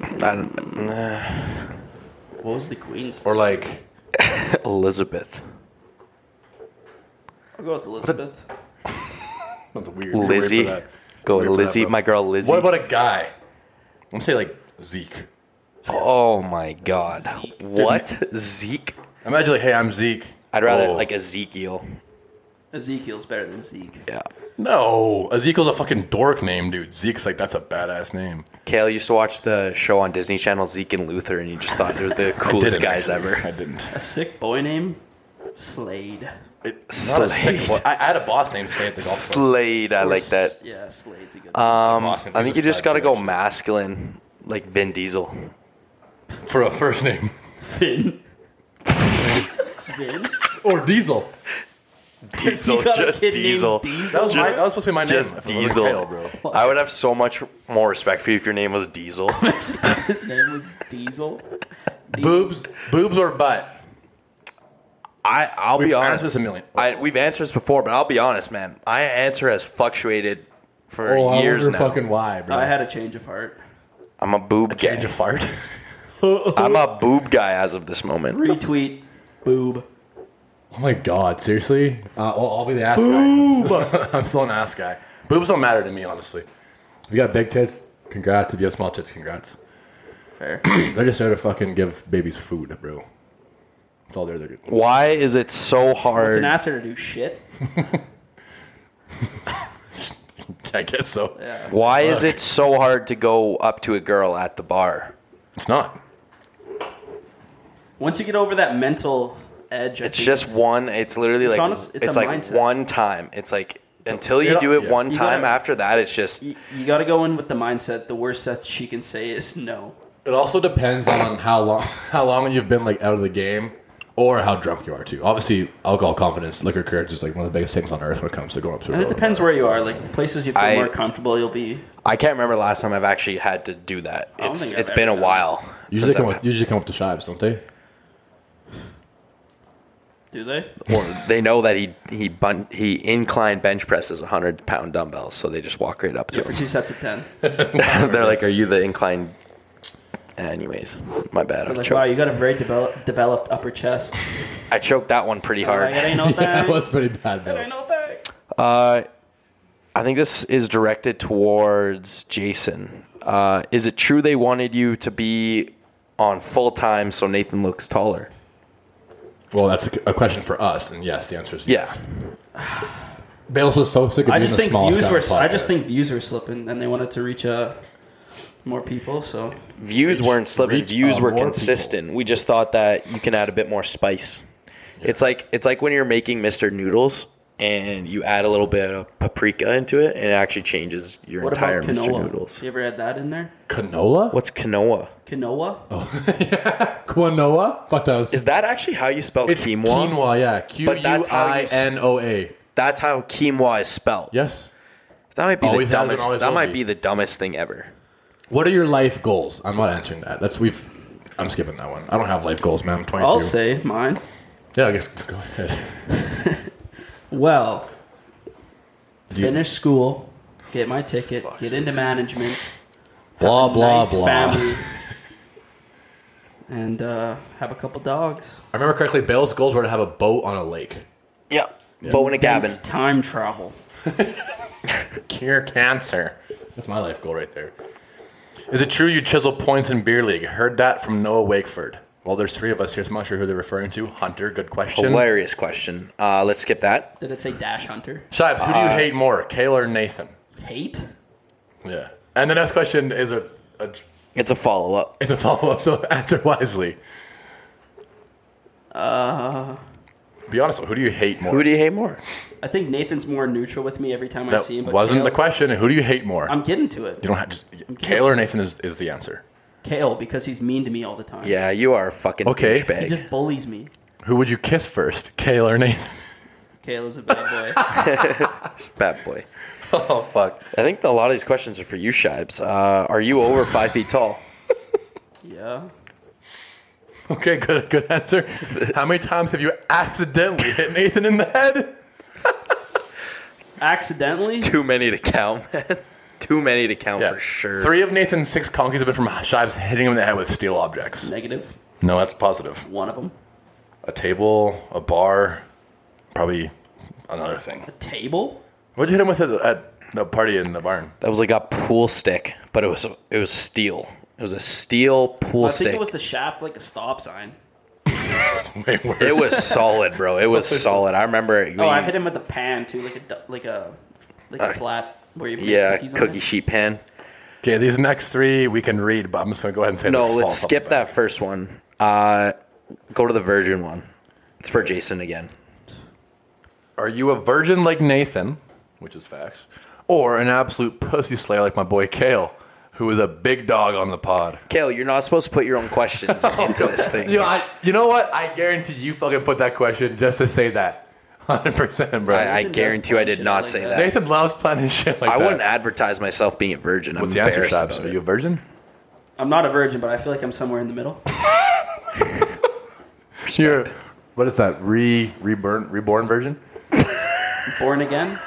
Speaker 4: I don't-
Speaker 3: What was the queen's?
Speaker 2: or like
Speaker 4: Elizabeth.
Speaker 3: I'll go with Elizabeth.
Speaker 2: that's weird. You're weird for
Speaker 4: Lizzie.
Speaker 2: that.
Speaker 4: Go with
Speaker 2: Weird for that,
Speaker 4: Lizzie.
Speaker 2: bro.
Speaker 4: My girl Lizzie.
Speaker 2: What about a guy? I'm gonna say like Zeke.
Speaker 4: oh my god.
Speaker 3: Zeke.
Speaker 4: What Zeke?
Speaker 2: Imagine like, hey, I'm Zeke.
Speaker 4: I'd rather
Speaker 2: Oh.
Speaker 4: like Ezekiel.
Speaker 3: Ezekiel's better than Zeke.
Speaker 4: Yeah.
Speaker 2: no. Ezekiel's a fucking dork name, dude. Zeke's like that's a badass name.
Speaker 4: Kale used to watch the show on Disney Channel Zeke and Luther, and you just thought they were the coolest
Speaker 2: Didn't
Speaker 4: guys
Speaker 2: actually.
Speaker 4: ever.
Speaker 2: I didn't.
Speaker 3: A sick boy name, Slade.
Speaker 2: It's not a sick
Speaker 4: Slade.
Speaker 2: boy. I, I had a boss named Slade at the golf club.
Speaker 4: Slade, I like that.
Speaker 3: Yeah, Slade's a good.
Speaker 4: Um, I
Speaker 2: Boston,
Speaker 4: think
Speaker 2: just
Speaker 4: you just
Speaker 2: died
Speaker 4: gotta go
Speaker 2: today.
Speaker 4: masculine, like Vin Diesel.
Speaker 2: for a first name
Speaker 3: Finn. Finn.
Speaker 2: or Diesel.
Speaker 4: Diesel,
Speaker 3: You got a
Speaker 4: just
Speaker 3: kid named
Speaker 4: Diesel.
Speaker 2: That was,
Speaker 4: Just-
Speaker 2: my, that was supposed to be my name.
Speaker 4: Just
Speaker 2: If it wasn't
Speaker 4: Diesel.
Speaker 2: Kale, bro.
Speaker 4: I would have so much more respect for you if your name was Diesel.
Speaker 3: His name was Diesel.
Speaker 2: Boobs, boobs or butt.
Speaker 4: I, I'll
Speaker 2: We've
Speaker 4: be
Speaker 2: answered
Speaker 4: honest.
Speaker 2: this a million-
Speaker 4: I, we've answered this before, but I'll be honest, man. My answer has fluctuated for years now.
Speaker 2: why, bro.
Speaker 3: I had a change of heart.
Speaker 4: I'm a boob
Speaker 2: change
Speaker 4: guy.
Speaker 2: of fart.
Speaker 4: I'm a boob guy as of this moment.
Speaker 3: Retweet. Boob.
Speaker 2: Oh my god, seriously? Uh, I'll, I'll be the ass Boob. guy. I'm still an ass guy. Boobs don't matter to me, honestly. If you got big tits, congrats. If you have small tits, congrats.
Speaker 3: Fair.
Speaker 2: They're just there to fucking give babies food, bro. That's all they're there to do.
Speaker 4: Why is it so
Speaker 3: It's
Speaker 4: hard?
Speaker 3: an asset to do shit.
Speaker 2: I guess so.
Speaker 4: Why is it so hard to go up to a girl at the bar?
Speaker 2: It's not.
Speaker 3: Once you get over that mental edge, I
Speaker 4: It's
Speaker 3: think
Speaker 4: just one. It's literally like
Speaker 3: honest-
Speaker 4: it's,
Speaker 3: it's a
Speaker 4: like
Speaker 3: mindset.
Speaker 4: one time. It's like until you
Speaker 2: Yeah.
Speaker 4: do it
Speaker 2: Yeah.
Speaker 4: one
Speaker 3: You
Speaker 4: time.
Speaker 3: gotta-
Speaker 4: after that, it's just
Speaker 3: You, you got to go in with the mindset. The worst that she can say is no.
Speaker 2: It also depends on how long how long you've been like out of the game, or how drunk you are too. Obviously, alcohol confidence, liquor courage is like one of the biggest things on earth when it comes to going up to. a
Speaker 3: And it
Speaker 2: road.
Speaker 3: depends where you are. Like the places you feel
Speaker 4: I-
Speaker 3: more comfortable, you'll be.
Speaker 4: I can't remember last time I've actually had to do that.
Speaker 3: don't
Speaker 4: It's
Speaker 3: think I've
Speaker 4: it's been a
Speaker 3: ever done
Speaker 4: while.
Speaker 2: Usually
Speaker 4: since
Speaker 2: come
Speaker 4: I've-
Speaker 2: up, usually come up to shives, don't they?
Speaker 3: Do they?
Speaker 4: Well, they know that he he bun- he incline bench presses a hundred pound dumbbells, so they just walk right up to
Speaker 3: Yeah, for two sets of ten.
Speaker 4: him. They're like, "Are you the incline?" Anyways, my bad. I
Speaker 3: They're like,
Speaker 4: choked.
Speaker 3: wow, you got a very develop, developed upper chest.
Speaker 4: I choked that one pretty
Speaker 3: All
Speaker 4: hard.
Speaker 3: right, it ain't no thing.
Speaker 2: That was pretty bad
Speaker 3: It ain't
Speaker 2: though.
Speaker 3: no thing.
Speaker 4: Uh, I think this is directed towards Jason. Uh, is it true they wanted you to be on full time so Nathan looks taller?
Speaker 2: Well, that's a, a question for us, and yes, the answer is
Speaker 4: Yeah.
Speaker 2: yes. Bales was so sick of
Speaker 3: I
Speaker 2: being
Speaker 3: just
Speaker 2: the
Speaker 3: think
Speaker 2: smallest
Speaker 3: views
Speaker 2: guy
Speaker 3: were.
Speaker 2: on the
Speaker 3: I just
Speaker 2: podcast.
Speaker 3: think views were slipping, and they wanted to reach uh, more people. So
Speaker 4: Views weren't slipping.
Speaker 2: reach,
Speaker 4: Views
Speaker 2: uh,
Speaker 4: were
Speaker 2: more
Speaker 4: consistent. We just thought that you can add a bit more spice. It's like it's like when you're making Mr. Noodles and you add a little bit of paprika into it and it actually changes your
Speaker 3: what
Speaker 4: entire
Speaker 3: about
Speaker 4: Mr.
Speaker 3: quinoa?
Speaker 4: Noodles.
Speaker 3: You ever had that in there?
Speaker 2: canola.
Speaker 4: What's quinoa?
Speaker 3: Quinoa.
Speaker 2: Oh, quinoa? Fuck that. Was,
Speaker 4: Is that actually how you spell
Speaker 2: it's
Speaker 4: quinoa?
Speaker 2: quinoa? yeah. Q
Speaker 4: But
Speaker 2: U
Speaker 4: that's how you
Speaker 2: I
Speaker 4: s-
Speaker 2: N O A.
Speaker 4: That's how quinoa is spelled.
Speaker 2: Yes.
Speaker 4: That might be
Speaker 2: Always
Speaker 4: the
Speaker 2: has been,
Speaker 4: dumbest.
Speaker 2: always
Speaker 4: that
Speaker 2: will
Speaker 4: might
Speaker 2: be.
Speaker 4: be the dumbest thing ever.
Speaker 2: What are your life goals? I'm not answering that. That's we've. I'm skipping that one. I don't have life goals, man. I'm 22.
Speaker 3: I'll say mine.
Speaker 2: Yeah, I guess go ahead.
Speaker 3: Well,
Speaker 2: you-
Speaker 3: finish school, get my ticket, get into management,
Speaker 2: Blah
Speaker 3: have a
Speaker 2: blah
Speaker 3: nice
Speaker 2: blah.
Speaker 3: family, and uh, have a couple dogs.
Speaker 2: I remember correctly. Bale's goals were to have a boat on a lake.
Speaker 4: Yeah. Bow in a cabin.
Speaker 3: It's time travel.
Speaker 2: Cure cancer. That's my life goal right there. Is it true you chisel points in beer league? Heard that from Noah Wakeford. Well, there's three of us here, so I'm not sure who they're referring to. Hunter, good question.
Speaker 4: Hilarious question. Uh, let's skip that.
Speaker 3: Did it say Dash Hunter?
Speaker 2: Shibes, who do you hate more, Kale or Nathan?
Speaker 3: Hate?
Speaker 2: Yeah. And the next question is a, a
Speaker 4: It's a follow up.
Speaker 2: is a follow up, so answer wisely. Uh. Be honest. Who do you hate more?
Speaker 4: Who do you hate more?
Speaker 3: I think Nathan's more neutral with me every time I
Speaker 2: that
Speaker 3: see him. But
Speaker 2: wasn't
Speaker 3: Kale,
Speaker 2: the question. Who do you hate more?
Speaker 3: I'm getting to it.
Speaker 2: you don't have just Kale or Nathan is, is the answer.
Speaker 3: Kale because he's mean to me all the time.
Speaker 4: Yeah, you are a fucking
Speaker 2: Okay.
Speaker 3: He
Speaker 4: douchebag.
Speaker 3: just bullies me.
Speaker 2: Who would you kiss first, Kale or Nathan?
Speaker 3: Kale is a bad boy.
Speaker 4: Bad boy.
Speaker 2: oh fuck.
Speaker 4: I think a lot of these questions are for you, Shibes. Uh, are you over five feet tall?
Speaker 3: yeah.
Speaker 2: Okay, good good answer. How many times have you accidentally hit Nathan in the head?
Speaker 3: Accidentally?
Speaker 4: Too many to count, man. Too many to count
Speaker 2: Yeah,
Speaker 4: for sure.
Speaker 2: Three of Nathan's six conkeys have been from Shibes hitting him in the head with steel objects.
Speaker 3: Negative.
Speaker 2: No, that's positive.
Speaker 3: One of them.
Speaker 2: A table, a bar, probably another thing.
Speaker 3: Table?
Speaker 2: What'd you hit him with at, at the party in the barn?
Speaker 4: That was like a pool stick, but it was it was steel. It was a steel pool
Speaker 3: I
Speaker 4: stick.
Speaker 3: think it was the shaft like a stop sign.
Speaker 2: Way worse.
Speaker 4: It was solid, bro. It was solid. I remember.
Speaker 3: Oh,
Speaker 4: we-
Speaker 3: I've hit him with a pan too, like a du- like a like a flat where you put
Speaker 4: Yeah,
Speaker 3: cookies on
Speaker 4: cookie
Speaker 3: it.
Speaker 4: sheet pan.
Speaker 2: Okay, these next three we can read, but I'm just gonna go ahead and say
Speaker 4: No,
Speaker 2: they're
Speaker 4: let's
Speaker 2: false off
Speaker 4: skip
Speaker 2: the bat.
Speaker 4: that first one. Uh, go to the virgin one. It's for Jason again.
Speaker 2: Are you a virgin like Nathan, which is facts, or an absolute pussy slayer like my boy Kale, who is a big dog on the pod?
Speaker 4: Kale, you're not supposed to put your own questions into this thing.
Speaker 2: You know, I, you know what? I guarantee you fucking put that question just to say that. 100%, bro.
Speaker 4: I, I
Speaker 3: does
Speaker 4: guarantee you I did
Speaker 3: bullshit
Speaker 4: not
Speaker 3: like
Speaker 4: say
Speaker 3: that.
Speaker 4: that.
Speaker 2: Nathan loves planning shit like
Speaker 4: I
Speaker 2: that.
Speaker 4: wouldn't advertise myself being a virgin. I'm
Speaker 2: What's the answer,
Speaker 4: embarrassed
Speaker 2: Shabs?
Speaker 4: about
Speaker 2: Are you a
Speaker 4: it.
Speaker 2: virgin?
Speaker 3: I'm not a virgin, but I feel like I'm somewhere in the middle.
Speaker 2: You're, what is that? Re reborn reborn virgin?
Speaker 3: Born again?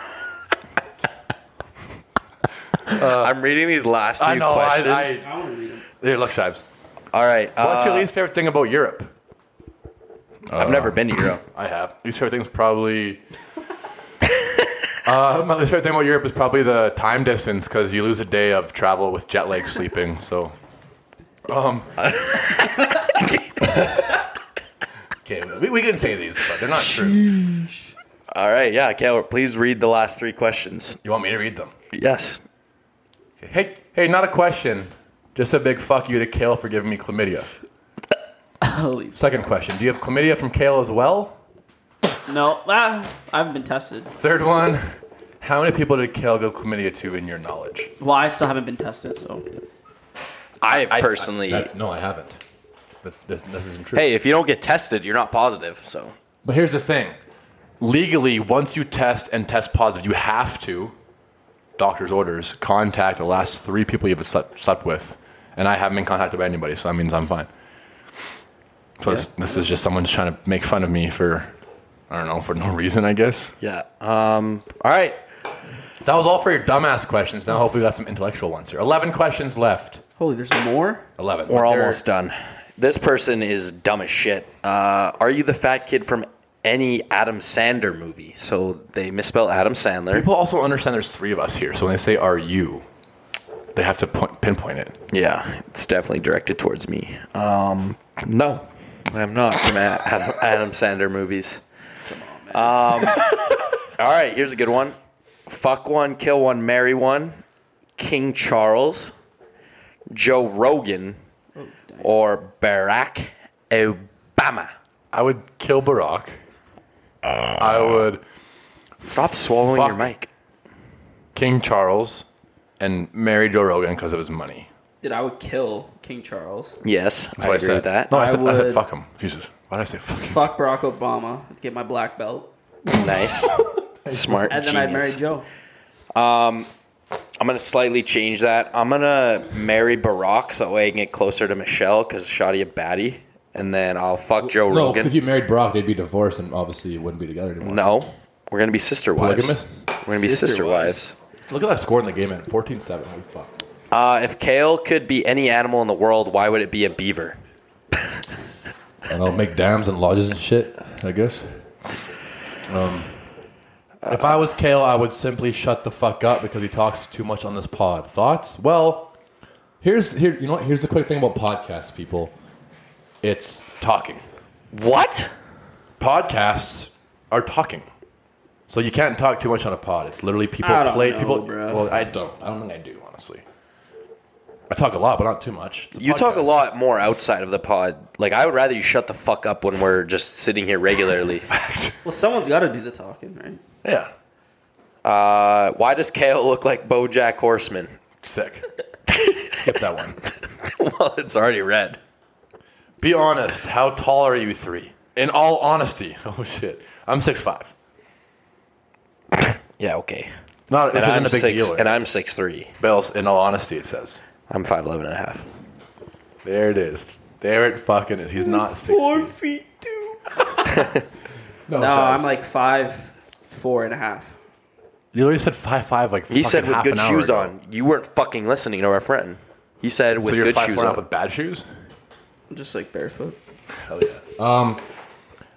Speaker 4: I'm reading these last few
Speaker 2: I know.
Speaker 4: questions.
Speaker 2: I, I,
Speaker 3: I want to read him.
Speaker 2: here, look, Shibes.
Speaker 4: All right. Uh,
Speaker 2: What's your least favorite thing about Europe?
Speaker 4: I've never been to Europe.
Speaker 2: I have. Least favorite thing's probably. uh, my least favorite thing about Europe is probably the time difference because you lose a day of travel with jet lag sleeping. So, um. okay, we, we can say these, but they're not true.
Speaker 4: All right. Yeah, Kale, please read the last three questions.
Speaker 2: You want me to read them?
Speaker 4: Yes.
Speaker 2: Hey, hey, not a question. Just a big fuck you to Kale for giving me chlamydia.
Speaker 3: Holy.
Speaker 2: Second question: Do you have chlamydia from Kale as well?
Speaker 3: No, ah, I haven't been tested.
Speaker 2: Third one: How many people did Kale go chlamydia to, in your knowledge?
Speaker 3: Well, I still haven't been tested, so
Speaker 4: I, personally.
Speaker 2: That's, no, I haven't. That's, this, this isn't true.
Speaker 4: hey, if you don't get tested, you're not positive. So
Speaker 2: But here's the thing. Legally, once you test and test positive, you have to, doctor's orders, contact the last three people you've slept, slept with. And I haven't been contacted by anybody, so that means I'm fine. So this, this is just someone's trying to make fun of me for, I don't know, for no reason, I guess.
Speaker 4: yeah. Um. All right.
Speaker 2: That was all for your dumbass questions. Now, hopefully, we got some intellectual ones here. 11 questions left.
Speaker 3: holy, there's more.
Speaker 2: 11.
Speaker 4: We're
Speaker 2: But they're-
Speaker 4: almost done. This person is dumb as shit. Uh, are you the fat kid from any Adam Sandler movie? So they misspell Adam Sandler.
Speaker 2: People also understand there's three of us here, so when they say "are you," they have to point, pinpoint it.
Speaker 4: Yeah, it's definitely directed towards me. Um, no, I'm not from A- Adam, Adam Sandler movies. Um, all right, here's a good one. Fuck one, kill one, marry one. King Charles, Joe Rogan,
Speaker 2: Oh,
Speaker 4: or Barack Obama.
Speaker 2: I would kill Barack. I would
Speaker 4: Stop swallowing your
Speaker 2: Fuck.
Speaker 4: mic.
Speaker 2: King Charles and marry Joe Rogan because of his money.
Speaker 3: Dude, I would kill King Charles.
Speaker 4: Yes, I
Speaker 2: That's what
Speaker 4: agree
Speaker 2: said.
Speaker 4: with that.
Speaker 2: No, I,
Speaker 3: I
Speaker 2: said, I said
Speaker 3: would-
Speaker 2: fuck him. Jesus, why did I say fuck? him?
Speaker 3: Fuck Barack Obama. Get my black belt,
Speaker 4: Nice, smart,
Speaker 3: and then I'd marry
Speaker 4: genius.
Speaker 3: Joe.
Speaker 4: I'm gonna slightly change that. I'm gonna marry Barack so that way I can get closer to Michelle because Shotty a baddie, and then I'll fuck Joe
Speaker 2: No,
Speaker 4: Rogan.
Speaker 2: because if you married Barack, they'd be divorced and obviously wouldn't be together anymore.
Speaker 4: no, we're gonna be sister wives.
Speaker 2: Polygamists?
Speaker 4: We're gonna be sister,
Speaker 3: Sister
Speaker 4: wives.
Speaker 3: wives.
Speaker 2: Look at that score in the game at 14-7. Holy fuck.
Speaker 4: Uh, if kale could be any animal in the world, why would it be a beaver?
Speaker 2: And I'll make dams and lodges and shit. I guess. Um, if I was Kale, I would simply shut the fuck up because he talks too much on this pod. Thoughts? Well, here's here. You know what? Here's the quick thing about podcasts, people. It's talking.
Speaker 4: What?
Speaker 2: Podcasts are talking. So you can't talk too much on a pod. It's literally people
Speaker 3: I don't
Speaker 2: play
Speaker 3: know,
Speaker 2: people.
Speaker 3: bro.
Speaker 2: Well, I don't. I don't think I do honestly. I talk a lot, but not too much. It's
Speaker 4: You talk a
Speaker 2: podcast.
Speaker 4: lot more outside of the pod. Like I would rather you shut the fuck up when we're just sitting here regularly.
Speaker 3: Well, someone's got to do the talking, right?
Speaker 2: Yeah.
Speaker 4: Uh, why does Kale look like BoJack Horseman?
Speaker 2: Sick. Skip that one.
Speaker 4: well, it's already red.
Speaker 2: Be honest. How tall are you three? In all honesty. Oh shit. I'm six five.
Speaker 4: Yeah, okay.
Speaker 2: Not this isn't
Speaker 4: And I'm
Speaker 2: a big
Speaker 4: six,
Speaker 2: deal. eh?
Speaker 4: and I'm six three.
Speaker 2: Bells, in all honesty, it says.
Speaker 4: I'm five eleven and a half.
Speaker 2: There it is. There it fucking is. He's not six. feet.
Speaker 3: feet two.
Speaker 2: No,
Speaker 3: No,
Speaker 2: Travis.
Speaker 3: I'm like five, four and a half.
Speaker 2: You literally said five five like. fucking
Speaker 4: He said with
Speaker 2: half
Speaker 4: good
Speaker 2: an hour
Speaker 4: shoes
Speaker 2: ago.
Speaker 4: on. You weren't fucking listening to our friend. He said with
Speaker 2: So you're
Speaker 4: good
Speaker 2: five
Speaker 4: shoes
Speaker 2: four
Speaker 4: on.
Speaker 2: not with bad shoes.
Speaker 3: I'm just like barefoot.
Speaker 2: Hell yeah. Um,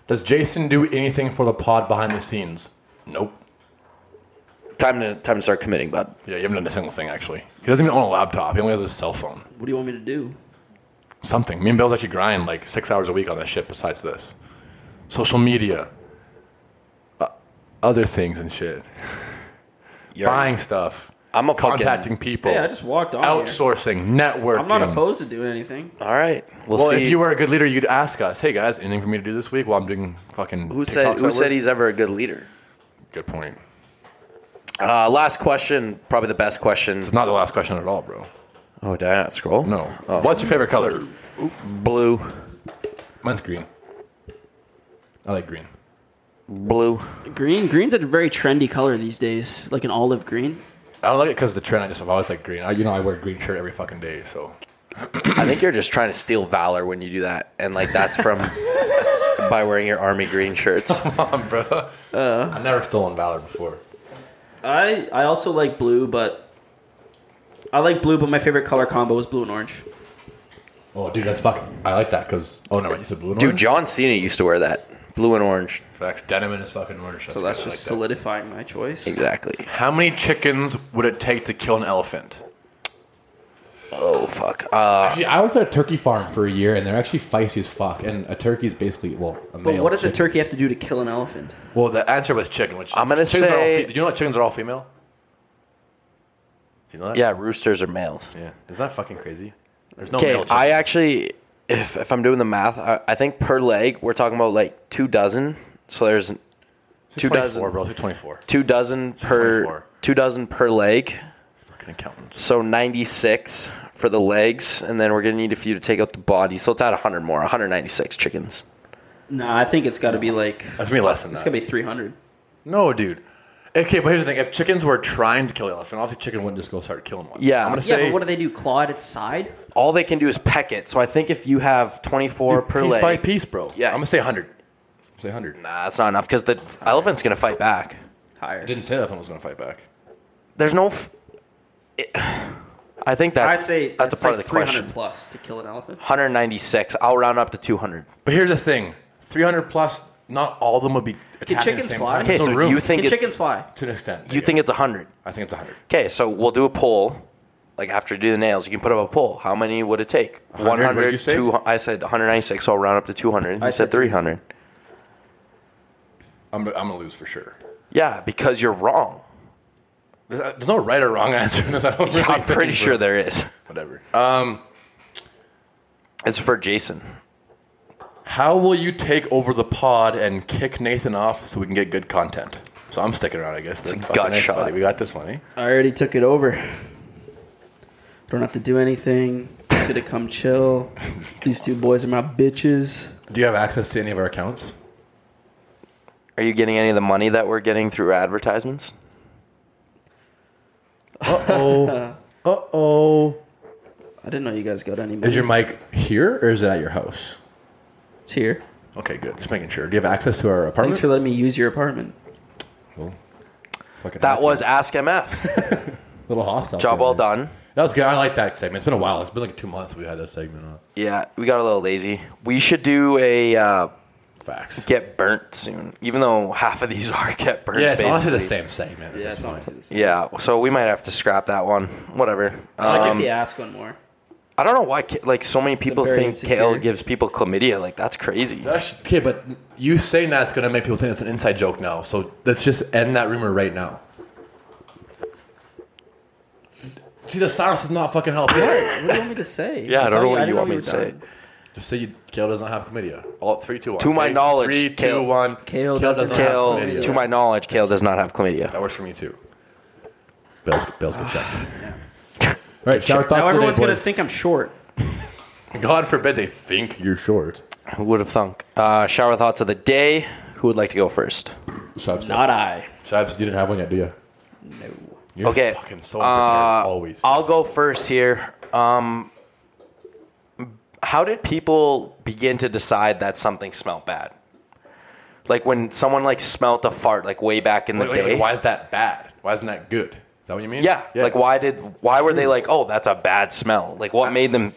Speaker 2: does Jason do anything for the pod behind the scenes? Nope.
Speaker 4: time to time to start committing, bud.
Speaker 2: Yeah, you haven't done a single thing actually. He doesn't even own a laptop. He only has his cell phone.
Speaker 3: What do you want me to do?
Speaker 2: Something. Me and Bill's actually grind like six hours a week on that shit. Besides this, social media, uh, other things and shit,
Speaker 4: You're-
Speaker 2: buying stuff,
Speaker 4: I'm a fucking.
Speaker 2: contacting people,
Speaker 3: Yeah, I just walked on. Here.
Speaker 2: outsourcing, networking.
Speaker 3: I'm not opposed to doing anything.
Speaker 4: All right, we'll,
Speaker 2: Well,
Speaker 4: see.
Speaker 2: if you were a good leader, you'd ask us, "Hey guys, anything for me to do this week?" While I'm doing fucking.
Speaker 4: who said
Speaker 2: TikToks
Speaker 4: who
Speaker 2: at
Speaker 4: said
Speaker 2: work?"
Speaker 4: he's ever a good leader?
Speaker 2: Good point.
Speaker 4: Uh, last question, probably the best question.
Speaker 2: It's not the last question at all, bro.
Speaker 4: Oh, did I not scroll?
Speaker 2: No. What's your favorite color?
Speaker 4: Blue,
Speaker 2: Mine's green. I like green.
Speaker 4: blue.
Speaker 3: Green. Green's a very trendy color these days, like an olive green.
Speaker 2: I don't like it because the trend. I just I've always like green. I, you know, I wear a green shirt every fucking day. So
Speaker 4: I think you're just trying to steal valor when you do that, and like that's from by wearing your army green shirts.
Speaker 2: on, bro.
Speaker 4: Uh.
Speaker 2: I've never stolen valor before.
Speaker 3: I I also like blue, but I like blue, but my favorite color combo is blue and orange.
Speaker 2: Oh, dude, that's fucking. I like that because oh no, wait, you said blue and
Speaker 4: Dude,
Speaker 2: orange.
Speaker 4: John Cena used to wear that blue and orange.
Speaker 2: Facts. denim in his fucking orange.
Speaker 3: So that's just solidifying my choice.
Speaker 4: Exactly.
Speaker 2: How many chickens would it take to kill an elephant?
Speaker 4: Oh fuck. Uh,
Speaker 2: Actually, I worked at a turkey farm for a year, and they're actually feisty as fuck. And a turkey is basically well, a
Speaker 3: But
Speaker 2: male
Speaker 3: what does a
Speaker 2: chicken.
Speaker 3: turkey have to do to kill an elephant?
Speaker 2: Well, the answer was chicken. Which
Speaker 4: I'm gonna
Speaker 2: chickens Are all
Speaker 4: say-
Speaker 2: fe- do you know what chickens are all female? Do you know that?
Speaker 4: yeah, roosters are males.
Speaker 2: Yeah. Isn't that fucking crazy? There's no.
Speaker 4: Okay,
Speaker 2: male
Speaker 4: I
Speaker 2: chickens.
Speaker 4: actually, if if I'm doing the math, I, I think per leg we're talking about like two dozen. So there's two
Speaker 2: 24,
Speaker 4: dozen,
Speaker 2: bro. 24.
Speaker 4: two dozen per
Speaker 2: 24.
Speaker 4: two dozen per leg.
Speaker 2: Fucking accountants.
Speaker 4: So 96 for the legs, and then we're gonna need a few to take out the body. So it's at 100 more, 196 chickens.
Speaker 3: No, I think it's got to be like
Speaker 2: That's me less than
Speaker 3: it's
Speaker 2: that.
Speaker 3: got to be 300.
Speaker 2: no, dude. Okay, but here's the thing: if chickens were trying to kill the elephant, obviously chicken wouldn't just go start killing one.
Speaker 4: Yeah.
Speaker 2: I'm gonna
Speaker 3: Yeah,
Speaker 2: say
Speaker 3: but what do they do? Claw at its side?
Speaker 4: All they can do is peck it. So I think if you have 24 per
Speaker 2: piece
Speaker 4: leg,
Speaker 2: by piece, bro.
Speaker 4: Yeah.
Speaker 2: I'm gonna say 100. Say 100.
Speaker 4: nah, that's not enough because the elephant's gonna fight back.
Speaker 3: Higher.
Speaker 2: I didn't say the elephant was gonna fight back.
Speaker 4: There's no. F- it, I think that's
Speaker 3: I say
Speaker 4: that's a
Speaker 3: it's
Speaker 4: part
Speaker 3: like
Speaker 4: of the question.
Speaker 3: plus to kill an elephant.
Speaker 4: 196. I'll round up to 200.
Speaker 2: But here's the thing: 300 plus, not all of them would be attacking at the
Speaker 3: chickens
Speaker 2: same
Speaker 3: fly?
Speaker 2: time.
Speaker 3: Okay,
Speaker 2: There's no
Speaker 4: so do you
Speaker 2: room.
Speaker 4: think
Speaker 3: Can
Speaker 4: it-
Speaker 3: chickens fly?
Speaker 2: to an extent?
Speaker 4: You
Speaker 2: yeah.
Speaker 4: think it's 100?
Speaker 2: I think it's 100.
Speaker 4: Okay, so we'll do a poll. Like after you do the nails, you can put up a poll. How many would it take?
Speaker 2: 100, what'd
Speaker 4: 100,
Speaker 2: you say?
Speaker 4: 200. I said 196, so I'll round up to 200. I
Speaker 3: I
Speaker 4: said
Speaker 3: said
Speaker 4: 300.
Speaker 2: I'm, I'm gonna lose for sure.
Speaker 4: Yeah, because you're wrong.
Speaker 2: There's, uh, there's no right or wrong answer. to this. I don't really
Speaker 4: I'm
Speaker 2: think,
Speaker 4: pretty
Speaker 2: but
Speaker 4: sure there is.
Speaker 2: Whatever. Um,
Speaker 4: It's for Jason.
Speaker 2: how will you take over the pod and kick Nathan off so we can get good content? So I'm sticking around, I guess. It's
Speaker 4: a gut shot.
Speaker 2: We got this one. eh?
Speaker 3: I already took it over. Don't have to do anything. Just gonna come chill. These two boys are my bitches.
Speaker 2: Do you have access to any of our accounts?
Speaker 4: Are you getting any of the money that we're getting through advertisements?
Speaker 2: Oh. uh oh.
Speaker 3: I didn't know you guys got any money.
Speaker 2: Is your mic here or is it at your house?
Speaker 3: it's here.
Speaker 2: Okay, good. Just making sure. Do you have access to our apartment?
Speaker 3: Thanks for letting me use your apartment.
Speaker 2: Well, fucking
Speaker 4: That
Speaker 2: hack
Speaker 4: was Ask MF.
Speaker 2: it. little hostile.
Speaker 4: Job well
Speaker 2: there.
Speaker 4: done.
Speaker 2: That was good. I like that segment. It's been a while. It's been like two months we had that segment on.
Speaker 4: Yeah, we got a little lazy. We should do a uh,
Speaker 2: Facts.
Speaker 4: get burnt soon, even though half of these are get burnt.
Speaker 2: yeah, it's honestly
Speaker 4: basically.
Speaker 2: the same segment. at
Speaker 3: Yeah,
Speaker 2: this
Speaker 3: it's
Speaker 2: point.
Speaker 3: honestly the same.
Speaker 4: Yeah, so we might have to scrap that one. Whatever.
Speaker 3: I like
Speaker 4: Um,
Speaker 3: the ask one more.
Speaker 4: I don't know why ca- like so many people
Speaker 3: very
Speaker 4: think kale
Speaker 3: insecure.
Speaker 4: gives people chlamydia. Like that's crazy.
Speaker 2: That's- Okay, but you saying that's gonna make people think it's an inside joke now. So let's just end that rumor right now. See, the silence is not fucking helping.
Speaker 3: What do you want me to say?
Speaker 4: yeah, I don't
Speaker 3: Tell
Speaker 4: know what
Speaker 3: didn't
Speaker 4: you want me to
Speaker 3: was
Speaker 4: say.
Speaker 3: done.
Speaker 2: just say you, Kale doesn't have chlamydia. All three, two, one.
Speaker 4: To my
Speaker 2: Three-
Speaker 4: knowledge,
Speaker 2: three, two,
Speaker 4: Kale-
Speaker 2: one.
Speaker 3: Kale doesn't have
Speaker 2: have
Speaker 4: Kale, to my knowledge, kale does not have chlamydia.
Speaker 2: That works for me too. Bell's, Bell's good check. All right, shower thoughts
Speaker 3: Now
Speaker 2: for the day,
Speaker 3: everyone's gonna
Speaker 2: boys.
Speaker 3: think I'm short.
Speaker 2: God forbid they think you're short.
Speaker 4: Who would have thunk? Uh, shower thoughts of the day. Who would like to go first?
Speaker 2: Shabs,
Speaker 3: Not I.
Speaker 2: Shabs, you didn't have one yet, do you?
Speaker 3: No.
Speaker 2: You're
Speaker 4: Okay,
Speaker 2: fucking so
Speaker 4: uh,
Speaker 2: unprepared, always.
Speaker 4: I'll go first here. Um, how did people begin to decide that something smelled bad? Like when someone like smelt a fart like way back in the
Speaker 2: Wait, wait,
Speaker 4: day.
Speaker 2: wait, why is that bad? Why isn't that good? Is that what you mean?
Speaker 4: Yeah. Like why did why were they like, "Oh, that's a bad smell." Like what made them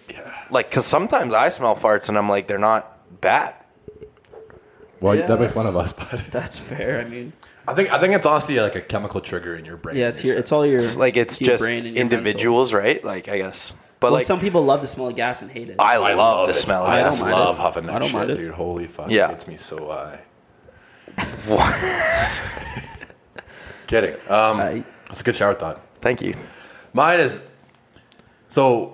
Speaker 4: like cuz sometimes I smell farts and I'm like, "They're not bad."
Speaker 2: Well,
Speaker 3: Yeah,
Speaker 2: that makes
Speaker 3: that's-
Speaker 2: fun of us. But
Speaker 3: That's fair. I mean,
Speaker 2: I think I think it's honestly like a chemical trigger in your brain.
Speaker 3: yeah, it's your, it's all your.
Speaker 4: It's like it's
Speaker 3: your
Speaker 4: just
Speaker 3: brain and your
Speaker 4: individuals, right? Like I guess. But
Speaker 3: Well,
Speaker 4: like
Speaker 3: some people love the smell of gas and hate it.
Speaker 4: I, love, the
Speaker 2: it.
Speaker 4: smell of
Speaker 2: I
Speaker 4: that.
Speaker 2: just
Speaker 3: don't mind
Speaker 2: love
Speaker 3: it.
Speaker 2: huffing that
Speaker 3: I don't
Speaker 2: shit,
Speaker 3: mind it.
Speaker 2: dude. Holy fuck!
Speaker 4: Yeah.
Speaker 2: it gets me so high.
Speaker 4: What?
Speaker 2: Kidding. Um,
Speaker 3: I-
Speaker 2: that's a good shower thought.
Speaker 4: Thank you.
Speaker 2: Mine is so.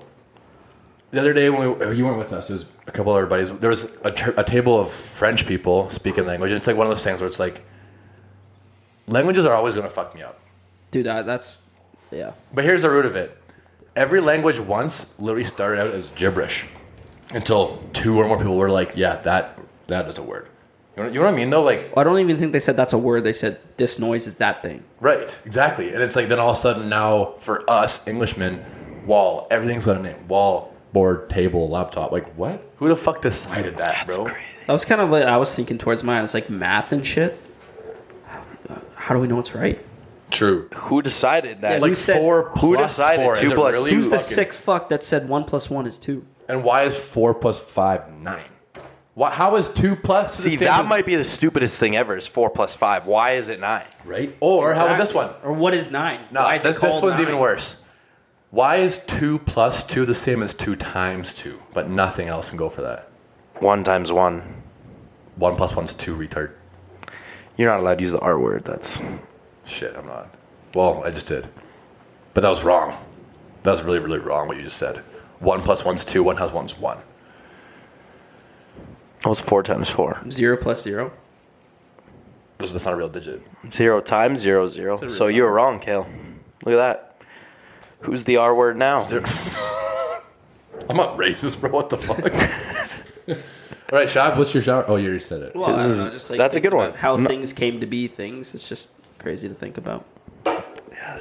Speaker 2: The other day when we, you weren't with us, there's a couple other buddies. There was a, ter- a table of French people speaking language, and it's like one of those things where it's like languages are always going to fuck me up.
Speaker 3: dude, I, that's yeah.
Speaker 2: But here's the root of it. Every language once literally started out as gibberish until two or more people were like, yeah, that that is a word. You know, you know what I mean though? Like,
Speaker 3: I don't even think they said that's a word. They said this noise is that thing.
Speaker 2: right, exactly. And it's like then all of a sudden now for us Englishmen, wall, everything's got a name. Wall, board, table, laptop. Like what? Who the fuck decided that, bro?
Speaker 3: That was kind of what I was thinking towards mine. It's like math and shit. How do we know it's right?
Speaker 2: True.
Speaker 4: Who decided that?
Speaker 3: Yeah,
Speaker 2: Like
Speaker 3: you said-
Speaker 2: four plus
Speaker 4: Who decided
Speaker 2: four.
Speaker 4: two
Speaker 2: Is it
Speaker 4: plus
Speaker 2: really
Speaker 4: two?
Speaker 3: Who's the
Speaker 2: fucking-
Speaker 3: sick fuck that said one plus one is two?
Speaker 2: And why is four plus five nine? Why, how is two plus the
Speaker 4: See,
Speaker 2: same
Speaker 4: that
Speaker 2: as-
Speaker 4: might be the stupidest thing ever. Is four plus five? Why is it nine?
Speaker 2: right? Or how about this
Speaker 3: Exactly.
Speaker 2: one?
Speaker 3: Or what is nine?
Speaker 2: No,
Speaker 3: Why is it
Speaker 2: this, this
Speaker 3: called
Speaker 2: one's
Speaker 3: nine?
Speaker 2: even worse. Why is two plus two the same as two times two, but nothing else can go for that?
Speaker 4: One times one.
Speaker 2: One plus one's two, retard.
Speaker 4: You're not allowed to use the R word. That's
Speaker 2: Shit, I'm not. Well, I just did. But that was wrong. That was really, really wrong what you just said. One plus one's two, one plus one's one.
Speaker 4: what's four times four?
Speaker 3: Zero plus zero.
Speaker 2: This- That's not a real digit.
Speaker 4: Zero times zero zero.
Speaker 3: a
Speaker 4: So you were wrong, Kale. Look at that. Who's the R word now?
Speaker 2: There- I'm not racist, bro. What the fuck? All right, Shab, what's your shower? Oh, you already said it.
Speaker 3: Well, I
Speaker 4: This
Speaker 3: don't
Speaker 4: is-
Speaker 3: know, just like
Speaker 4: that's a
Speaker 3: thinking
Speaker 4: good
Speaker 3: about
Speaker 4: one.
Speaker 3: How
Speaker 4: No.
Speaker 3: things came to be things. It's just crazy to think about.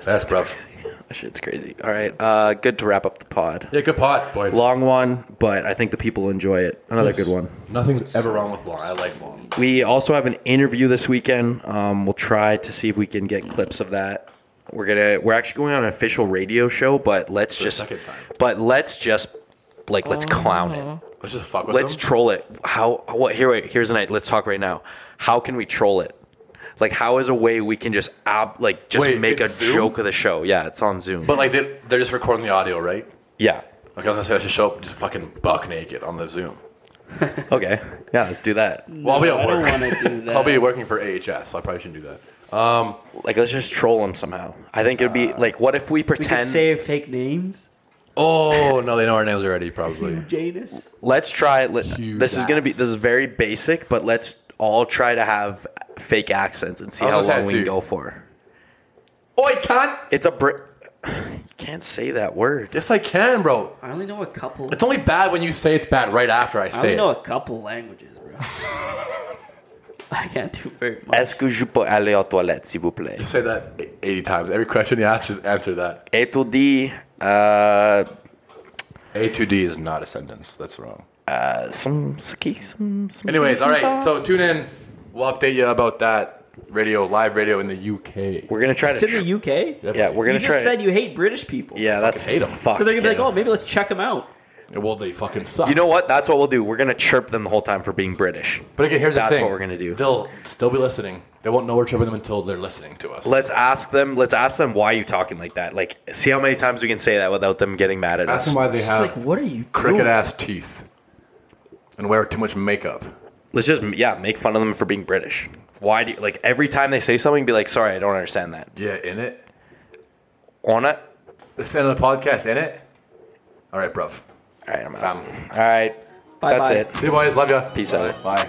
Speaker 2: That's rough.
Speaker 4: That shit's crazy. All right. Uh, good to wrap up the pod.
Speaker 2: Yeah, good pot, boys.
Speaker 4: Long one, but I think the people enjoy it. Another good one.
Speaker 2: Nothing's ever wrong with long. I like long.
Speaker 4: We also have an interview this weekend. Um, we'll try to see if we can get clips of that. We're gonna we're actually going on an official radio show, but let's just
Speaker 2: second time.
Speaker 4: but let's just like let's clown it.
Speaker 2: Let's just fuck with
Speaker 4: Let's
Speaker 2: them.
Speaker 4: troll it. How what here wait, here's an night. Let's talk right now. How can we troll it? Like how is a way we can just ab, like just
Speaker 2: Wait,
Speaker 4: make a
Speaker 2: it's Zoom?
Speaker 4: joke of the show? Yeah, it's on Zoom.
Speaker 2: But like they, they're just recording the audio, right?
Speaker 4: yeah.
Speaker 2: Like I was gonna say, I should show up just fucking buck naked on the Zoom.
Speaker 4: Okay. Yeah, let's do that.
Speaker 2: Well, I'll be
Speaker 3: I
Speaker 2: at
Speaker 3: don't
Speaker 2: work.
Speaker 3: want to do that.
Speaker 2: I'll be working for AHS, so I probably shouldn't do that. Um,
Speaker 4: Like let's just troll him somehow. I think it'd
Speaker 2: Uh,
Speaker 4: be like what if we
Speaker 3: we could
Speaker 4: pretend
Speaker 3: say fake names.
Speaker 2: oh no, they know our names already, probably.
Speaker 3: Janus.
Speaker 4: let's try it. Let-
Speaker 2: Huge
Speaker 4: this is gonna be
Speaker 2: ass.
Speaker 4: this is very basic, but let's all try to have fake accents and see
Speaker 2: I
Speaker 4: how
Speaker 2: was gonna
Speaker 4: long
Speaker 2: say
Speaker 4: we
Speaker 2: that
Speaker 4: can
Speaker 2: too.
Speaker 4: go for.
Speaker 2: Oi, cunt!
Speaker 4: It's a Brit. You can't say that word.
Speaker 2: Yes, I can, bro.
Speaker 3: I only know a couple.
Speaker 2: It's only bad when you say it's bad right after I
Speaker 3: I only
Speaker 2: say
Speaker 3: know
Speaker 2: it.
Speaker 3: a couple languages, bro. I can't do very much.
Speaker 4: Est-ce que je peux aller aux toilettes, s'il vous plaît?
Speaker 2: Say that e- eighty times. Every question you ask, just answer that.
Speaker 4: Étudier uh,
Speaker 2: A two D is not a sentence. That's wrong.
Speaker 4: uh, some ski, some, some.
Speaker 2: Anyways, all
Speaker 4: some
Speaker 2: right.
Speaker 4: song.
Speaker 2: So tune in. We'll update you about that radio, live radio in the UK.
Speaker 4: we're gonna try
Speaker 3: it's
Speaker 4: to.
Speaker 3: in
Speaker 4: Tr-
Speaker 3: the UK.
Speaker 4: yeah, we're
Speaker 3: You
Speaker 4: gonna
Speaker 3: just
Speaker 4: try.
Speaker 3: said you hate British people.
Speaker 4: yeah, that's
Speaker 2: hate 'em.
Speaker 4: fucked,
Speaker 3: So they're gonna be like,
Speaker 4: Kale.
Speaker 3: oh, maybe let's check them out.
Speaker 2: Well, they fucking suck.
Speaker 4: You know what? That's what we'll do. We're gonna chirp them the whole time for being British.
Speaker 2: but again, here's
Speaker 4: that's
Speaker 2: the thing.
Speaker 4: what we're gonna do.
Speaker 2: They'll still be listening. They won't know we're tripping them until they're listening to us.
Speaker 4: Let's ask them. Let's ask them why are you talking like that. Like, see how many times we can say that without them getting mad at
Speaker 2: Ask
Speaker 4: us.
Speaker 2: them why they have
Speaker 3: Like, what are you
Speaker 2: crooked
Speaker 3: doing?
Speaker 2: ass teeth and wear too much makeup.
Speaker 4: Let's just yeah, make fun of them for being British. Why do you, like every time they say something, be like, sorry, I don't understand that.
Speaker 2: Yeah, in it.
Speaker 4: On it.
Speaker 2: This end of the podcast, in it. All right, bruv.
Speaker 4: All right, I'm out.
Speaker 2: Fam.
Speaker 4: All right,
Speaker 3: Bye-bye.
Speaker 4: that's it.
Speaker 2: See you boys. Love ya.
Speaker 4: Peace out.
Speaker 2: Bye.